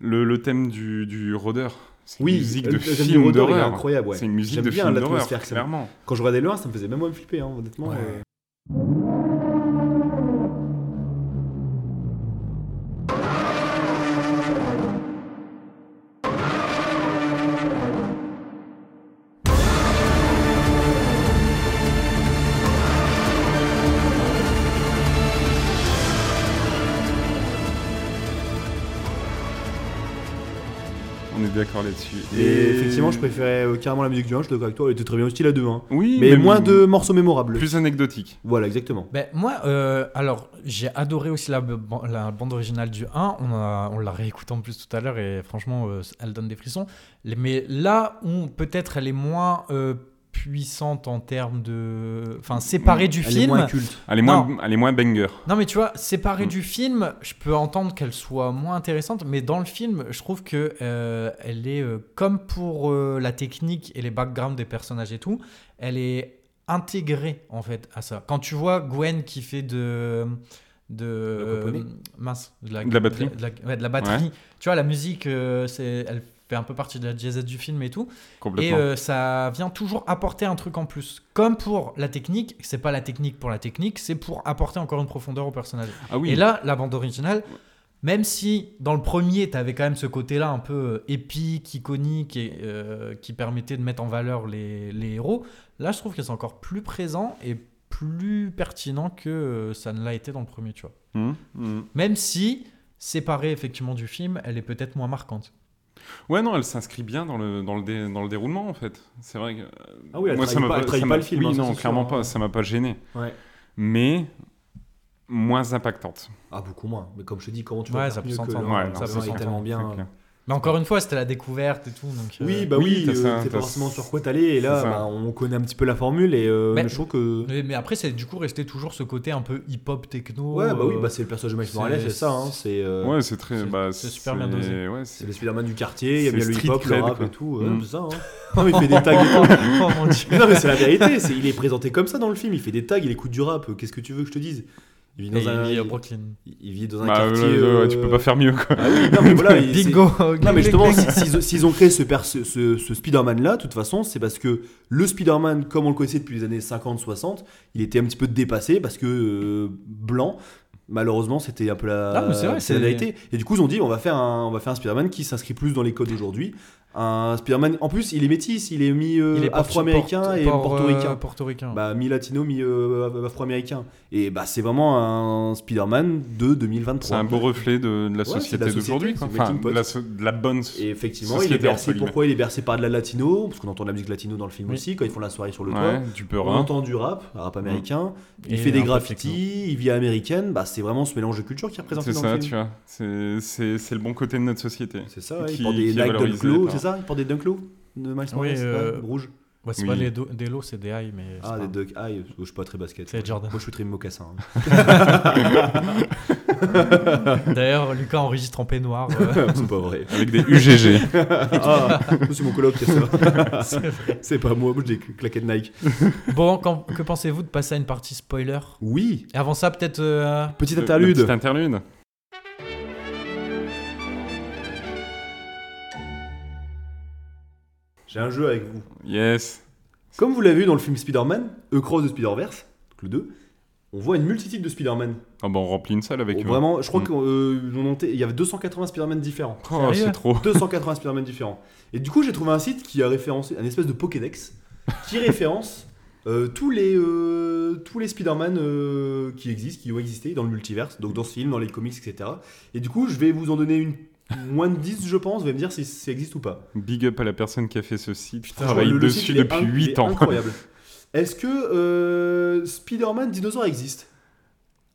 C: le le thème du du rôdeur. C'est une
B: Oui,
C: musique
B: le-
C: de
B: le thème du
C: film
B: rôdeur, il est
C: d'horreur.
B: incroyable, ouais.
C: C'est une musique
B: J'aime
C: de
B: bien
C: film
B: l'atmosphère
C: d'horreur,
B: que ça-
C: clairement.
B: Quand je regardais le 1, ça me faisait même moins flipper, hein, honnêtement.
C: Ouais.
B: euh.
C: On est d'accord là-dessus.
B: Et, effectivement, je préférais euh, carrément la musique du 1, je suis d'accord avec toi, elle était très bien aussi la 2 1.
C: Oui,
B: hein. Mais moins de morceaux mémorables.
C: Plus anecdotique.
B: Voilà, exactement.
A: Ben, moi, euh, alors, j'ai adoré aussi la, ban- la bande originale du 1. On, a- on l'a réécoutée en plus tout à l'heure et franchement, euh, elle donne des frissons. Les- Mais là où peut-être elle est moins euh, puissante en termes de. Enfin, séparée du
B: Hmm. Elle est
A: film.
B: moins culte.
C: Elle est,
A: Non.
C: moins, elle est moins banger.
A: Non, mais tu vois, séparée
C: Mm.
A: du film, je peux entendre qu'elle soit moins intéressante, mais dans le film, je trouve que euh, elle est euh, comme pour euh, la technique et les backgrounds des personnages et tout, elle est intégrée en fait à ça. Quand tu vois Gwen qui fait de de euh,
B: coponnet.
A: mince de la,
C: De la batterie.
A: de la, ouais, de la batterie. Tu vois la musique, euh, c'est elle fait un peu partie de la jazz du film et tout. Et
C: Complètement.
A: euh, ça vient toujours apporter un truc en plus. Comme pour la technique, c'est pas la technique pour la technique, c'est pour apporter encore une profondeur au personnage.
C: ah oui.
A: Et là, la bande originale, même si dans le premier, t'avais quand même ce côté-là un peu euh, épique, iconique, et, euh, qui permettait de mettre en valeur les, les héros, là, je trouve que c'est encore plus présent et plus pertinent que euh, ça ne l'a été dans le premier, tu vois.
C: Mhm, mhm.
A: Même si, séparée effectivement du film, elle est peut-être moins marquante.
C: Ouais, non, elle s'inscrit bien dans le, dans, le dé- dans le déroulement, en fait. C'est vrai que. euh,
B: Ah oui, elle trahit pas- elle trahit
C: ça
B: pas le film, hein,
C: Oui,
B: ça,
C: non,
B: c'est
C: clairement
B: sûr, hein.
C: pas, ça m'a pas gêné.
B: Ouais.
C: Mais moins impactante.
B: Ah, beaucoup moins. Mais comme je te dis, comment tu
A: Ouais,
B: vas
A: ça
B: faire
A: peut
B: mieux que
A: s'entendre.
B: le-
A: Ouais,
B: le
A: non,
B: un
A: ça peut
B: est
A: s'entendre,
B: tellement
C: c'est
B: bien.
C: clair.
A: Mais encore une fois, c'était la découverte et tout. Donc, euh,
B: Oui, bah
C: Oui,
B: oui,
C: t'as
B: euh,
C: ça,
B: c'est
C: t'as
B: pas
C: ça.
B: forcément sur quoi t'allais. Et là,
C: C'est ça.
B: bah, on connaît un petit peu la formule et euh,
A: Mais-
B: je trouve que.
A: Mais, mais après, c'est du coup resté toujours ce côté un peu hip-hop techno.
B: Ouais, bah oui,
A: euh,
B: bah, c'est le personnage de Miles
A: c'est-
B: Morales, c'est ça. hein, C'est euh,
C: Ouais, c'est très.
A: c'est-
C: bah,
A: c'est super bien dosé.
C: Ouais,
B: c'est
C: c'est
B: le Spider-Man du quartier, il y a
C: c'est
B: bien le
C: street
B: hip-hop, le
C: cred,
B: rap
C: quoi.
B: et tout.
C: Mm.
B: euh, c'est ça.
C: <laughs>
B: hein. Non, il fait des tags
A: Oh,
B: et tout.
A: <laughs> oh, mon dieu.
B: Mais <laughs> non, mais c'est la vérité. c'est- Il est présenté comme ça dans le film. Il fait des tags, il écoute du rap. euh, Qu'est-ce que tu veux que je te dise Il vit
A: Et
B: dans un,
A: il est à
B: il,
A: Brooklyn.
B: il vit dans un
C: Bah,
B: quartier.
C: ouais, ouais, ouais, tu
B: euh,
C: peux pas faire mieux, quoi.
B: Ah oui, non,
C: <laughs>
B: mais voilà, il- c'est-
A: Bingo
B: Non, mais justement, si- s'ils s'ils ont créé ce, pers- ce, ce Spider-Man là, de toute façon, c'est parce que le Spider-Man, comme on le connaissait depuis les années 50-60, il était un petit peu dépassé parce que euh, blanc, malheureusement, c'était un peu la,
A: Non, mais c'est vrai,
B: la
A: c'est-
B: vérité. Et du coup, ils ont dit on va faire un, on va faire un Spider-Man qui s'inscrit plus dans les codes d'aujourd'hui. Un Spider-Man, en plus, il est métis, il est
A: Il est portu-
B: mi-afro-américain
A: porte-
B: euh, et
A: port-
B: portoricain.
A: euh, portoricain.
B: Bah, mi-latino, mi-afro-américain. euh, Et bah, c'est vraiment un Spider-Man de 2023.
C: C'est un beau reflet de, de la
B: c'est de la
C: société
B: société,
C: d'aujourd'hui, quoi.
B: c'est le
C: Enfin,
B: melting
C: de
B: pot.
C: la, so- de la bonne. so-
B: Et effectivement, il
C: Société
B: est bercé.
C: entre guillemets.
B: Pourquoi il est bercé par de la latino Parce qu'on entend de la musique latino dans le film
A: Oui.
B: aussi, quand ils font la soirée sur le toit.
C: Ouais, du peur.
B: On entend du rap, rap américain. Il
A: Et
B: fait des
A: un peu
B: graffitis, il vit à américaine. Bah, c'est vraiment ce mélange de culture qui est représenté
C: C'est
B: dans
C: ça,
B: le
C: tu
B: film.
C: vois. C'est- C'est c'est le bon côté de notre société.
B: C'est ça, ouais,
C: Qui-
B: il porte des
C: qui est
B: Nike
C: valorisé
B: Dunklo,
C: par-
B: c'est ça Il porte des Dunklo de Miles Morales,
A: Oui, euh,
B: ouais, rouge.
A: Bah, c'est
C: Oui.
A: pas les do- des lots, c'est des high, mais. c'est
B: Ah,
A: pas-
B: des Duck High, je suis pas très basket.
A: C'est Jordan. <laughs>
B: Moi, je suis très mocassin.
C: <laughs>
B: hein.
A: D'ailleurs, Lucas enregistre en peignoir.
B: <laughs>
A: euh,
B: c'est pas vrai.
C: Avec des
B: <laughs>
C: UGG. <laughs>
B: Ah, c'est mon coloc qui a
A: <laughs>
B: ça.
A: c'est vrai.
B: C'est pas moi, moi j'ai des claquettes Nike.
A: bon, quand- que pensez-vous de passer à une partie spoiler
B: Oui,
A: Et avant ça, peut-être. euh,
B: petite
C: Le- le
B: interlude.
C: Petit interlude.
B: J'ai un jeu avec vous.
C: Yes.
B: Comme vous l'avez vu dans le film Spider-Man, Across the Spider-Verse, donc le 2, on voit une multitude de Spider-Man.
C: Ah bah on remplit une salle avec
B: Oh,
C: eux.
B: vraiment, je crois
C: Mm.
B: qu'on euh, on montait- il y avait 280 Spider-Man différents.
C: Oh,
A: Sérieux
C: c'est trop.
B: 280 Spider-Man différents. Et du coup, j'ai trouvé un site qui a référencé, un espèce de Pokédex, qui référence euh, tous les, euh, tous les Spider-Man euh, qui existent, qui ont existé dans le multiverse, donc dans ce film, dans les comics, etc. Et du coup, je vais vous en donner une moins de 10, je pense, vous allez me dire si ça existe ou pas.
C: Big up à la personne qui a fait ce site. qui
B: Franchement,
C: travaille
B: le- le site,
C: dessus
B: il est
C: depuis
B: inc- il
C: 8
B: est
C: ans.
B: Incroyable. <laughs> Est-ce que euh, Spider-Man dinosaure existe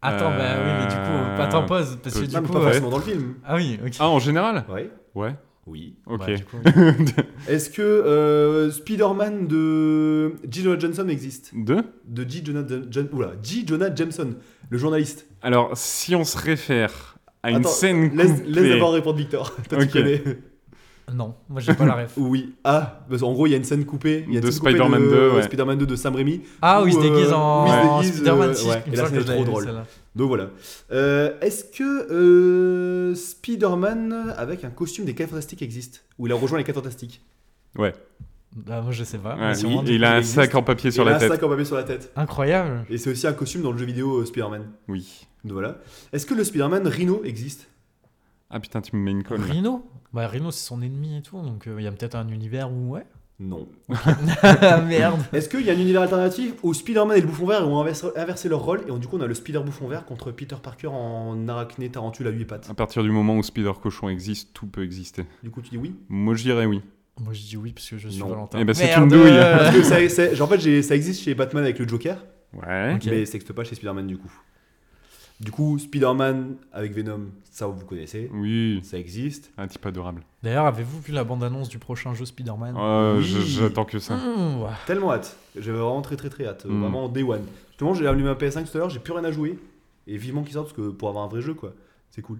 A: Attends, bah oui, mais du
C: Euh,
A: coup, attends, pause. Parce que
C: peut-
A: du
B: Non, Bah,
A: coup.
B: mais pas
A: euh,
B: forcément dans le film.
A: Ah oui, ok.
C: Ah, en général
B: Ouais.
C: Ouais,
B: Oui.
C: ok.
A: Bah, du coup,
B: Est-ce que euh, Spider-Man de G. Jonah Johnson existe
C: Deux
B: De G. Jonah, Jon- Jon- oula, G. Jonah Jameson, le journaliste.
C: Alors, si on se réfère à une
B: Attends,
C: scène
B: Laisse,
C: coupée...
B: laisse d'abord répondre Victor. <laughs> Toi,
C: Ok.
B: tu connais.
A: Non, moi j'ai pas la
B: <laughs>
A: ref.
B: Oui. Ah, parce qu'en gros, il y a une scène coupée. Il y a une
C: De
B: scène coupée
C: Spider-Man
B: de
C: 2, ouais.
B: Spider-Man 2 de Sam Raimi.
A: Ah, où il se
B: Ou, euh,
A: déguise en,
B: où il se
A: en
B: déguise,
A: Spider-Man
B: euh,
A: 6.
B: ouais.
A: il me
B: Et là,
A: semble
B: c'est
A: que je l'avais
B: trop
A: vu,
B: drôle.
A: celle-là.
B: Donc voilà. Euh, Est-ce que euh, Spider-Man avec un costume des 4 Fantastiques existe Où il a rejoint les 4 Fantastiques
A: Bah, moi je sais pas.
C: Ouais,
A: mais sûrement,
B: oui,
A: du
C: et il a
A: coup,
C: un
A: il existe.
C: sac en papier sur
B: Et il
C: la
B: a un
C: tête.
B: sac en papier sur la tête.
A: Incroyable.
B: Et c'est aussi un costume dans le jeu vidéo euh, Spider-Man.
C: Oui.
B: Donc voilà. Est-ce que le Spider-Man Rhino existe
C: Ah putain, tu me mets une colle. là. <laughs>
A: Rhino Bah Rhino c'est son ennemi et tout, donc euh, il y a peut-être un univers où ouais. Ah,
B: Non.
A: Merde.
B: Est-ce qu'il y a un univers alternatif où Spider-Man et le bouffon vert ont inversé, inversé leur rôle et du coup on a le Spider-Bouffon vert contre Peter Parker en arachné tarentule à 8 pattes
C: À partir du moment où Spider Cochon existe, tout peut exister.
B: Du coup tu dis oui
C: Moi, je dirais oui.
A: Moi je dis oui parce que je suis
B: Non.
A: Valentin.
C: Eh ben, c'est
A: Merde.
C: une douille.
B: Parce que ça, ça- genre, en fait, j'ai- ça existe chez Batman avec le Joker,
C: Ouais.
A: Ok.
B: mais ça n'existe pas chez Spider-Man du coup. Du coup, Spider-Man avec Venom, ça vous connaissez,
C: Oui.
B: ça existe.
C: Un type adorable.
A: <laughs> D'ailleurs, avez-vous vu la bande-annonce du prochain jeu Spider-Man
C: Euh,
B: Ah Oui.
C: je- J'attends que ça.
A: Mmh, ouais.
B: Tellement hâte, j'avais vraiment très très très hâte, euh,
C: Mm.
B: vraiment day one. Justement, j'ai allumé ma PS5 tout à l'heure, j'ai plus rien à jouer. Et vivement qu'ils sortent parce que pour avoir un vrai jeu quoi, c'est cool.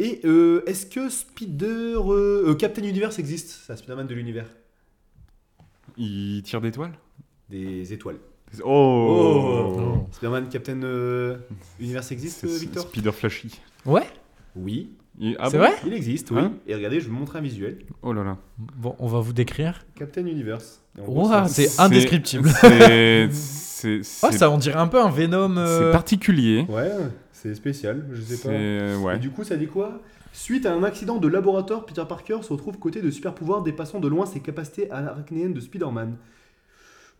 B: Et euh, est-ce que Spider. euh, euh, Captain Universe existe C'est un Spider-Man de l'univers,
C: Il tire des toiles
B: des étoiles.
C: Oh,
A: Oh.
B: Spider-Man Captain euh, Universe existe,
C: C'est-
B: euh,
C: c'est
B: Victor
C: Spider Flashy.
A: Ouais,
B: Oui,
C: Il- ah
A: c'est
C: bon
A: vrai
B: Il existe, oui.
C: Hein
B: et regardez, je vous montre un visuel.
C: Oh là là.
A: Bon, on va vous décrire.
B: Captain Universe. Et en gros,
A: Ouah, Ah,
B: ça-
A: c'est indescriptible. <laughs>
C: C'est c'est- c'est-
A: Ah, ça, on dirait un peu un Venom.
C: c'est
A: euh,
C: particulier.
B: Ouais, c'est spécial, je sais pas.
C: C'est euh,
B: Et
C: ouais.
B: du coup, ça dit quoi Suite à un accident de laboratoire, Peter Parker se retrouve côté de super-pouvoirs dépassant de loin ses capacités arachnéennes de Spider-Man.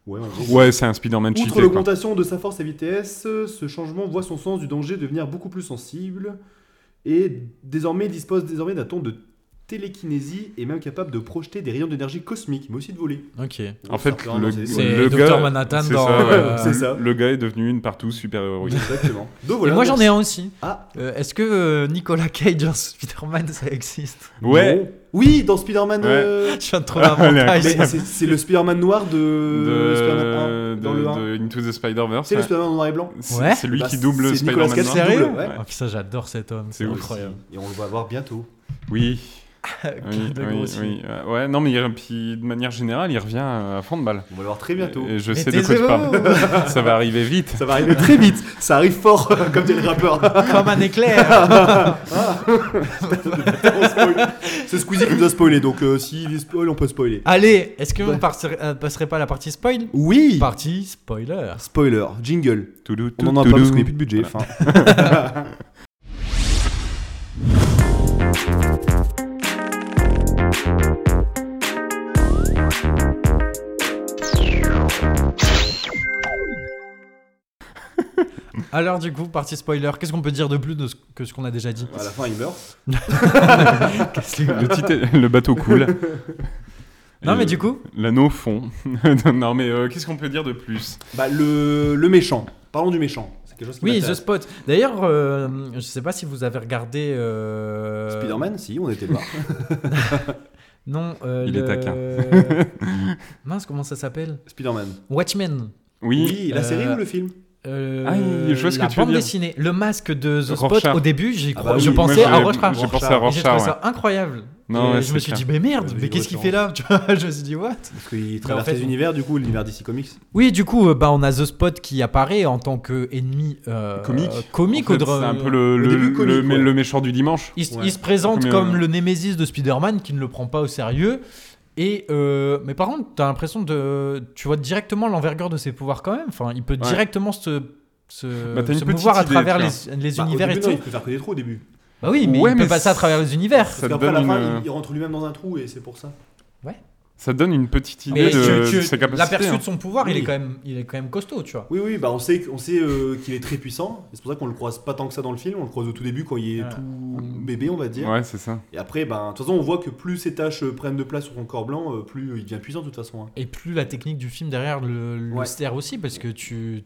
B: Ouais, en gros.
C: Ouais, c'est un Spider-Man
B: Outre
C: cheaté. quoi.
B: l'augmentation de sa force et vitesse, ce changement voit son sens du danger devenir beaucoup plus sensible et désormais il dispose désormais d'un ton de télékinésie et même capable de projeter des rayons d'énergie cosmique, mais aussi de voler.
A: Ok.
C: En fait,
B: Ça,
C: le,
B: c'est-
A: C'est
C: le
A: Dr.
C: gars,
A: Manhattan
C: c'est
A: dans,
C: ça, ouais.
A: euh,
B: <laughs> C'est ça.
C: Le gars est devenu une partout
A: <laughs>
C: super héroïque.
B: Exactement. Donc
A: Et
B: voilà,
A: moi j'en ai
B: merci.
A: un aussi.
B: Ah.
A: Euh, Est-ce que euh, Nicolas Cage en Spider-Man ça existe
C: Ouais.
B: Non. Oui, dans Spider-Man.
C: Ouais.
B: euh,
A: Je viens de trouver
C: Ah,
A: un montage. <laughs>
B: mais c'est- C'est le Spider-Man noir de. le
C: De,
B: Euh, Spider-Man un, dans le 1.
C: de- de Into the Spider-Verse.
B: C'est le
C: ouais.
B: Spider-Man noir et blanc.
C: C'est
A: Ouais.
C: c'est lui
B: Bah,
C: qui double
B: c'est Nicolas
C: Spider-Man.
B: Cage,
C: noir.
A: Sérieux
B: double, ouais.
A: Ah, putain, j'adore cet homme, c'est
C: C'est ouf.
A: incroyable.
B: Et on le va voir bientôt.
C: Oui.
A: <laughs> Claude
C: Oui,
A: de
C: oui,
A: Grossi.
C: oui. Ouais, Ouais, non, mais il- puis de manière générale, il revient euh, à fond de balle.
B: On va le voir très bientôt.
C: Et je
A: Mais
C: sais de quoi
A: taisez-vous.
C: je parle. <laughs> Ça va arriver vite.
B: Ça va arriver très vite. Ça arrive fort, <laughs> comme dit le rappeur.
C: <laughs>
A: Comme un éclair
B: On spoil. C'est Squeezie qui nous a spoilé, donc euh, s'il spoil, on peut spoiler.
A: Allez, est-ce que
B: Ouais.
A: on partirait- euh, passerait pas à la partie spoil
B: Oui
A: Partie spoiler.
B: Spoiler, jingle.
C: Toudou,
B: On en a pas
C: toudou.
B: parce qu'on n'a plus de budget. enfin.
A: Alors du coup, partie spoiler, qu'est-ce qu'on peut dire de plus de ce- que ce qu'on a déjà dit
B: À la fin, il meurt.
A: Qu'est-ce que-
C: Le, titan- le bateau coule.
A: <laughs> Non
C: Et
A: mais
C: le-
A: du coup,
C: L'anneau fond. <laughs> non mais euh, qu'est-ce qu'on peut dire de plus
B: Bah, le, le méchant. Parlons du méchant. C'est quelque chose qui
A: oui, The
B: m'intéresse.
A: Spot. D'ailleurs, euh, je sais pas si vous avez regardé... euh,
B: Spider-Man, si, on
C: <laughs>
B: était là.
A: Non, euh,
C: Il est
A: le... <laughs>
C: <laughs>
A: Mince, comment ça s'appelle
B: Spider-Man.
A: Watchmen.
C: Oui.
B: Oui,
A: Euh,
B: la série ou le film
A: Euh,
C: Ah, je vois ce
A: la
C: que tu veux
A: bande
C: dire.
A: dessinée, le masque de The
C: Rorschach.
A: Spot au début, j'y
B: Ah
A: crois-
B: bah
A: je
B: oui,
A: pensais
C: moi,
A: à
C: j'ai-
A: Rorschach.
C: J'ai
B: Rorschach.
C: pensé à
B: Et
A: Et j'ai trouvé
C: Rorschach. ouais.
A: ça incroyable.
C: Non,
A: Et
C: ouais,
A: je
C: c'est
A: me suis
C: clair.
A: dit, mais merde,
B: Ouais,
A: mais
B: j'ai
A: qu'est-ce
B: eu
A: qu'il
B: autant.
A: fait là Tu vois, <laughs> Je me suis dit, what
B: Parce
C: bah,
A: traverse
B: qu'il traverse
A: les
B: les univers, du coup, l'univers DC Comics.
A: Oui, du coup, euh, bah, on a The Spot qui apparaît en tant qu'ennemi euh,
C: Comique.
A: euh, comique
C: En
A: au
C: fait,
A: dra-
C: C'est un peu le,
B: Au
C: le,
B: début,
C: le-
B: comique,
C: mais
B: ouais.
C: le méchant du dimanche.
A: Il, se-
B: Ouais.
A: il se présente
C: Comme,
A: comme,
C: euh,
A: le némésis de Spider-Man qui ne le prend pas au sérieux. Et euh, mais par contre, t'as l'impression de, tu vois directement l'envergure de ses pouvoirs quand même. Enfin, il peut
C: Ouais.
A: directement se se,
C: Bah, t'as une
A: se
C: petite
A: mouvoir à
C: idée,
A: travers
C: tu
A: les, les
B: Bah, au
A: univers
B: début,
A: et
B: non,
A: tout.
B: il peut faire que des trous au début.
A: Bah oui, mais
C: Ouais,
A: il
C: mais
A: peut passer à
C: c'est-
A: travers les univers.
B: Parce
C: Ça
B: qu'après, à
C: donne
B: la fin,
C: une-
B: il, il rentre lui-même dans un trou et c'est pour ça.
C: Ça donne une petite idée
A: Mais
C: de,
A: tu-
C: de
A: tu-
C: sa capacité.
A: l'aperçu
C: hein.
A: de son pouvoir, il est
B: Oui.
A: quand même, il est quand même costaud, tu vois.
B: Oui, oui, bah on sait, on sait euh, qu'il est très puissant. et C'est pour ça qu'on le croise pas tant que ça dans le film. On le croise au tout début quand il est
A: Voilà.
B: tout bébé, on va dire.
C: Ouais, c'est ça.
B: Et après, ben, de toute façon, on voit que plus ses taches euh, prennent de place sur son corps blanc, euh, plus il devient puissant de toute façon. hein.
A: Et plus la technique du film derrière le, le
B: Ouais.
A: sert aussi, parce que tu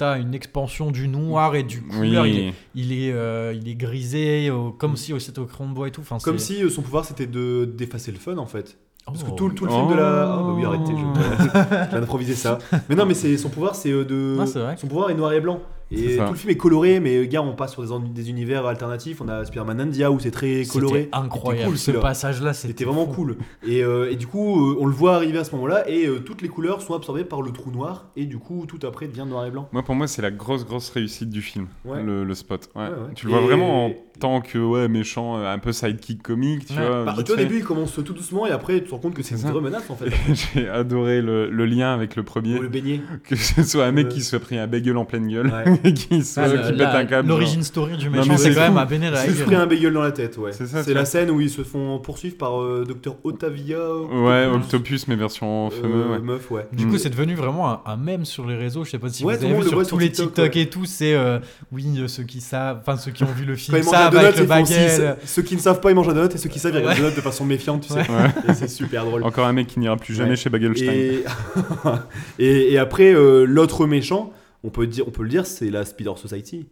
A: as une expansion du noir et du couleur. Il est,
C: Oui.
A: il est, euh, il est grisé, au- comme si aussi au crayon de bois et tout. Enfin,
B: Comme
A: c'est-
B: si euh, son pouvoir c'était de d'effacer le fun en fait. Parce que
A: Oh.
B: tout, le- tout le film de la. Ah
C: Oh.
B: bah oui, arrêtez,
C: <laughs>
B: je- j'ai improvisé ça. Mais non, mais c'est son pouvoir, c'est euh, de.
A: Ah, c'est vrai.
B: Son pouvoir est noir et blanc.
C: C'est
B: Et
C: ça.
B: tout le film est coloré, mais euh, gars, on passe sur des, en- des univers alternatifs. On a Spider-Man India où c'est très
A: C'était
C: ah,
B: coloré.
A: incroyable.
B: C'était cool,
A: Ce
B: celui-là.
A: passage-là, c'était,
B: C'était vraiment
A: fou.
B: cool. Et, euh, et du coup, euh, on le voit arriver à ce moment-là, et euh, toutes les couleurs sont absorbées par le trou noir, et du coup, tout après devient noir et blanc.
C: Moi, pour moi, c'est la grosse, grosse réussite du film,
B: Ouais.
C: le, le spot. Ouais.
B: Ouais, ouais.
C: Tu le vois
B: Et-
C: vraiment en tant que ouais, méchant, euh, un peu sidekick comique, tu
A: Ouais.
C: vois.
B: Bah,
C: vite
B: tu vois, au
C: fait. <laughs>
B: début, il commence tout doucement, et après, tu te rends compte que c'est
C: C'est
B: une
C: ça.
B: vraie menace en
C: <laughs>
B: fait.
C: J'ai adoré le, le lien avec le premier.
B: Pour le beignet.
C: <laughs> Que ce soit un mec
B: Ouais.
C: qui se soit pris un bagel en pleine gueule. <laughs>
B: Ouais.
C: qui, se-
A: Ah,
C: qui
A: le-
C: pète
A: la-
C: un câble.
A: L'origine story du
C: mais
A: méchant,
C: c'est
A: c'est quand même
B: fou.
A: à Benel
B: Ils se prennent un bégueule dans la tête, ouais.
C: C'est ça,
B: C'est
C: c'est
B: la scène où ils se font poursuivre par euh, Docteur Otavia.
C: genre. Ouais,
B: Octopus,
C: Octopus, mais version
B: euh,
C: fameux, ouais.
B: meuf, ouais.
A: Du
C: Mm.
A: coup, c'est devenu vraiment un, un mème sur les réseaux. Je sais pas si
B: Ouais,
A: vous
B: tout le
A: avez
B: monde
A: vu
B: le
A: sur
B: voit
A: tous
B: sur
A: les
B: TikTok,
A: TikTok
B: ouais.
A: et tout. C'est euh, oui, euh, ceux qui savent, enfin ceux qui ont vu le
B: Quand
A: film
B: ils mangent un
A: savent
B: donut,
A: avec le
B: ils font aussi-
A: bagel.
B: <laughs> Ceux qui ne savent pas, ils mangent un donut et ceux qui savent, ils regardent
A: Ouais.
B: un donut de façon méfiante, tu sais.
C: Ouais.
B: Et c'est super
C: <laughs>
B: drôle.
C: Encore un mec qui n'ira plus jamais
B: Ouais.
C: chez Bagelstein.
B: Et... et, <laughs> et après, euh, l'autre méchant, on peut, dire, on peut le dire, c'est la Spider Society.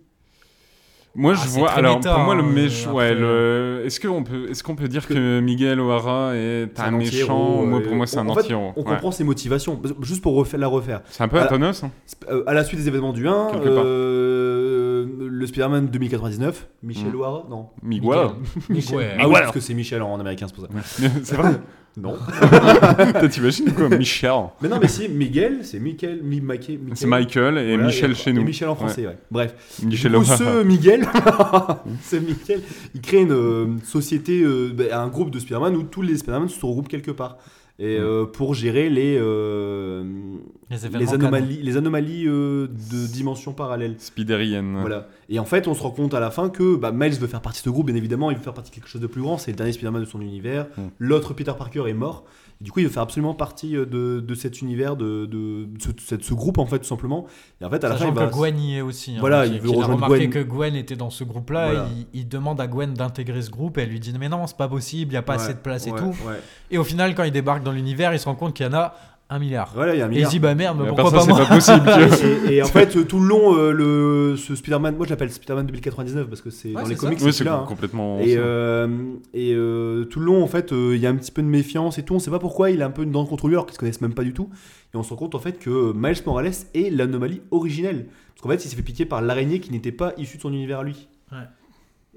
C: Moi,
A: Ah,
C: je
A: c'est
C: vois.
A: très
C: Alors,
A: méta,
C: pour moi, le
A: hein,
C: méchant.
A: après.
C: Ouais, le... Est-ce qu'on peut... Est qu'on peut dire que Miguel O'Hara est
B: C'est
C: un,
B: un
C: méchant
B: anti-héros,
C: Moi,
B: euh,
C: pour moi, c'est un
B: en fait,
C: anti-héros.
B: On
C: Ouais.
B: comprend Bah, ses motivations. Juste pour refaire, la refaire.
C: C'est un peu
B: Voilà.
C: Atomos, hein.
B: Sp- euh, à la suite des événements du 1,
C: Quelque part.
B: euh, le Spider-Man 2099, Michel
C: Mm.
B: O'Hara Non.
C: Miguel.
B: <laughs>
A: Miguel.
B: Ah oui,
C: Miguel.
B: parce que c'est Michel en américain, c'est pour ça.
C: c'est vrai
B: Non.
C: Toi, T'imagines quoi Michel.
B: mais non, mais si, Miguel, c'est Michael, Mi Mickey- Michael.
C: C'est Michael et
B: Voilà,
C: Michel chez nous.
B: Et Michel euh, en français, ouais. Bref.
C: Michel
B: Du coup,
C: O'Hara.
B: ce Miguel, <laughs> ce Miguel, il crée une euh, société, euh, bah, un groupe de Spider-Man où tous les Spider-Man se regroupent quelque part. Et
C: Mm.
B: euh, pour gérer les, euh,
A: Les, événements
B: les anomalies, les anomalies euh, de dimensions parallèles.
C: Spiderienne.
B: Voilà. Et en fait, on se rend compte à la fin que bah, Miles veut faire partie de ce groupe, bien évidemment, il veut faire partie de quelque chose de plus grand, c'est le dernier Spider-Man de son univers.
C: Mm.
B: L'autre Peter Parker est mort. Du coup, il veut faire absolument partie euh, de, de cet univers, de, de- de ce, de ce groupe, en fait, tout simplement. Et en fait, à la fin,
A: Sachant
B: il va.
A: que Gwen y est aussi. hein,
B: Voilà,
A: qu'il-
B: il veut
A: qu'il a
B: rejoindre
A: remarqué
B: Gwen.
A: que Gwen était dans ce groupe-là.
B: Voilà.
A: Il, il demande à Gwen d'intégrer ce groupe. Elle lui dit mais non, c'est pas possible. Il y a pas
B: Ouais,
A: assez de place
B: ouais,
A: et tout.
B: ouais.
A: Et au final, quand il débarque dans l'univers, il se rend compte qu'il y en a un milliard.
B: Voilà, il y a un
A: Et il
B: milliard.
A: se dit bah merde, mais
C: Mais à
A: pourquoi
C: part ça,
A: pas
C: c'est
A: moi
C: pas possible.
A: <laughs>
C: tu vois.
B: et, et en fait, euh, tout le long, euh, le, ce Spider-Man, moi je l'appelle Spider-Man 2099 parce que c'est dans
A: c'est
B: les
A: ça.
B: comics,
C: Oui,
B: c'est hein.
C: c'est
B: là.
C: complètement.
B: Et,
C: ça.
B: euh, et euh, tout le long, en fait, euh, il y a un petit peu de méfiance et tout. On sait pas pourquoi, il a un peu une dent contre lui alors qu'ils se connaissent même pas du tout. Et on se rend compte en fait que euh, Miles Morales est l'anomalie originelle. Parce qu'en fait, il s'est fait piquer par l'araignée qui n'était pas issue de son univers à lui.
A: Ouais.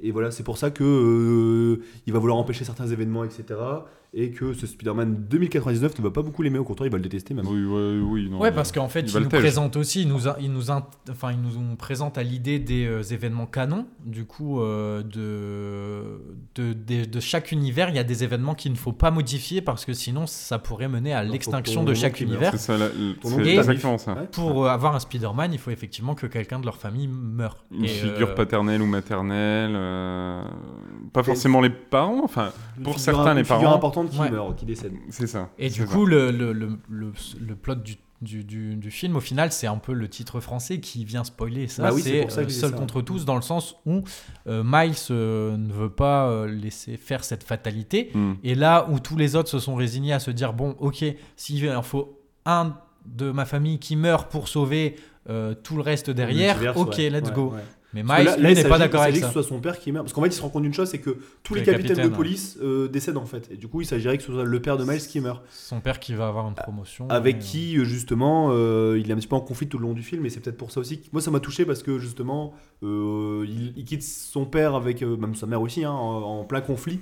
B: Et voilà, c'est pour ça que euh, il va vouloir empêcher certains événements, etc. Et que ce Spider-Man 2099 ne va pas beaucoup l'aimer, au contraire, il va le détester même.
C: Oui, ouais, oui, non.
A: Ouais, parce qu'en fait,
C: Il
A: il,
C: va le
A: nous
C: tèche.
A: présente aussi, il nous, a- il nous, int- enfin, il nous présente à l'idée des euh, événements canons. Du coup, euh, de, de, des- de chaque univers, il y a des événements qu'il ne faut pas modifier parce que sinon, ça pourrait mener à
B: faut
A: l'extinction
B: qu'on
A: de chaque
B: motive, hein.
A: univers.
C: C'est ça, la-
B: Ton nom
C: c'est
A: de
C: exactement ça.
B: Ouais.
A: Pour euh, avoir un Spider-Man, il faut effectivement que quelqu'un de leur famille meure.
C: Une
A: Et,
C: figure
A: euh,
C: paternelle ou maternelle. euh, Pas forcément les parents, enfin,
B: Une
C: pour
B: figure-
C: certains, les
B: une figure
C: parents.
B: importante qui
A: Ouais.
B: meurt, qui décède.
C: c'est ça.
A: Et
C: C'est
A: du
C: ça.
A: coup, le, le, le, le- le plot du, du, du- du film, au final, c'est un peu le titre français qui vient spoiler ça.
B: Bah oui, c'est
A: c'est
B: pour ça que
A: euh,
B: je dis
A: Seul
B: ça. Mm.
A: contre tous, dans le sens où euh, Miles euh, ne veut pas euh, laisser faire cette fatalité.
C: Hmm.
A: Et là où tous les autres se sont résignés à se dire bon, ok, s'il en faut un de ma famille qui meurt pour sauver euh, tout le reste derrière,
B: L'univers,
A: ok,
B: ouais,
A: let's
B: ouais,
A: go.
B: ouais.
A: Mais
B: Parce que
A: Miles,
B: là-
A: lui,
B: là, il
A: n'est
B: s'agit-
A: pas d'accord
B: il
A: avec
B: s'agit que
A: ça.
B: ce soit son père qui meurt. Parce qu'en fait, ils se rendent compte d'une chose, c'est que tous les,
A: les
B: capitaines,
A: capitaines,
B: de
A: ouais.
B: police euh, décèdent en fait. Et du coup, il s'agirait que ce soit le père de Miles qui meurt.
A: Son père qui va avoir une promotion.
B: Avec
A: et, euh,
B: qui, euh, justement, euh, il est un petit peu en conflit tout le long du film. Et c'est peut-être pour ça aussi. que- Moi, ça m'a touché parce que, justement, euh, il, il quitte son père avec, euh, même sa mère aussi, hein, en, en plein conflit.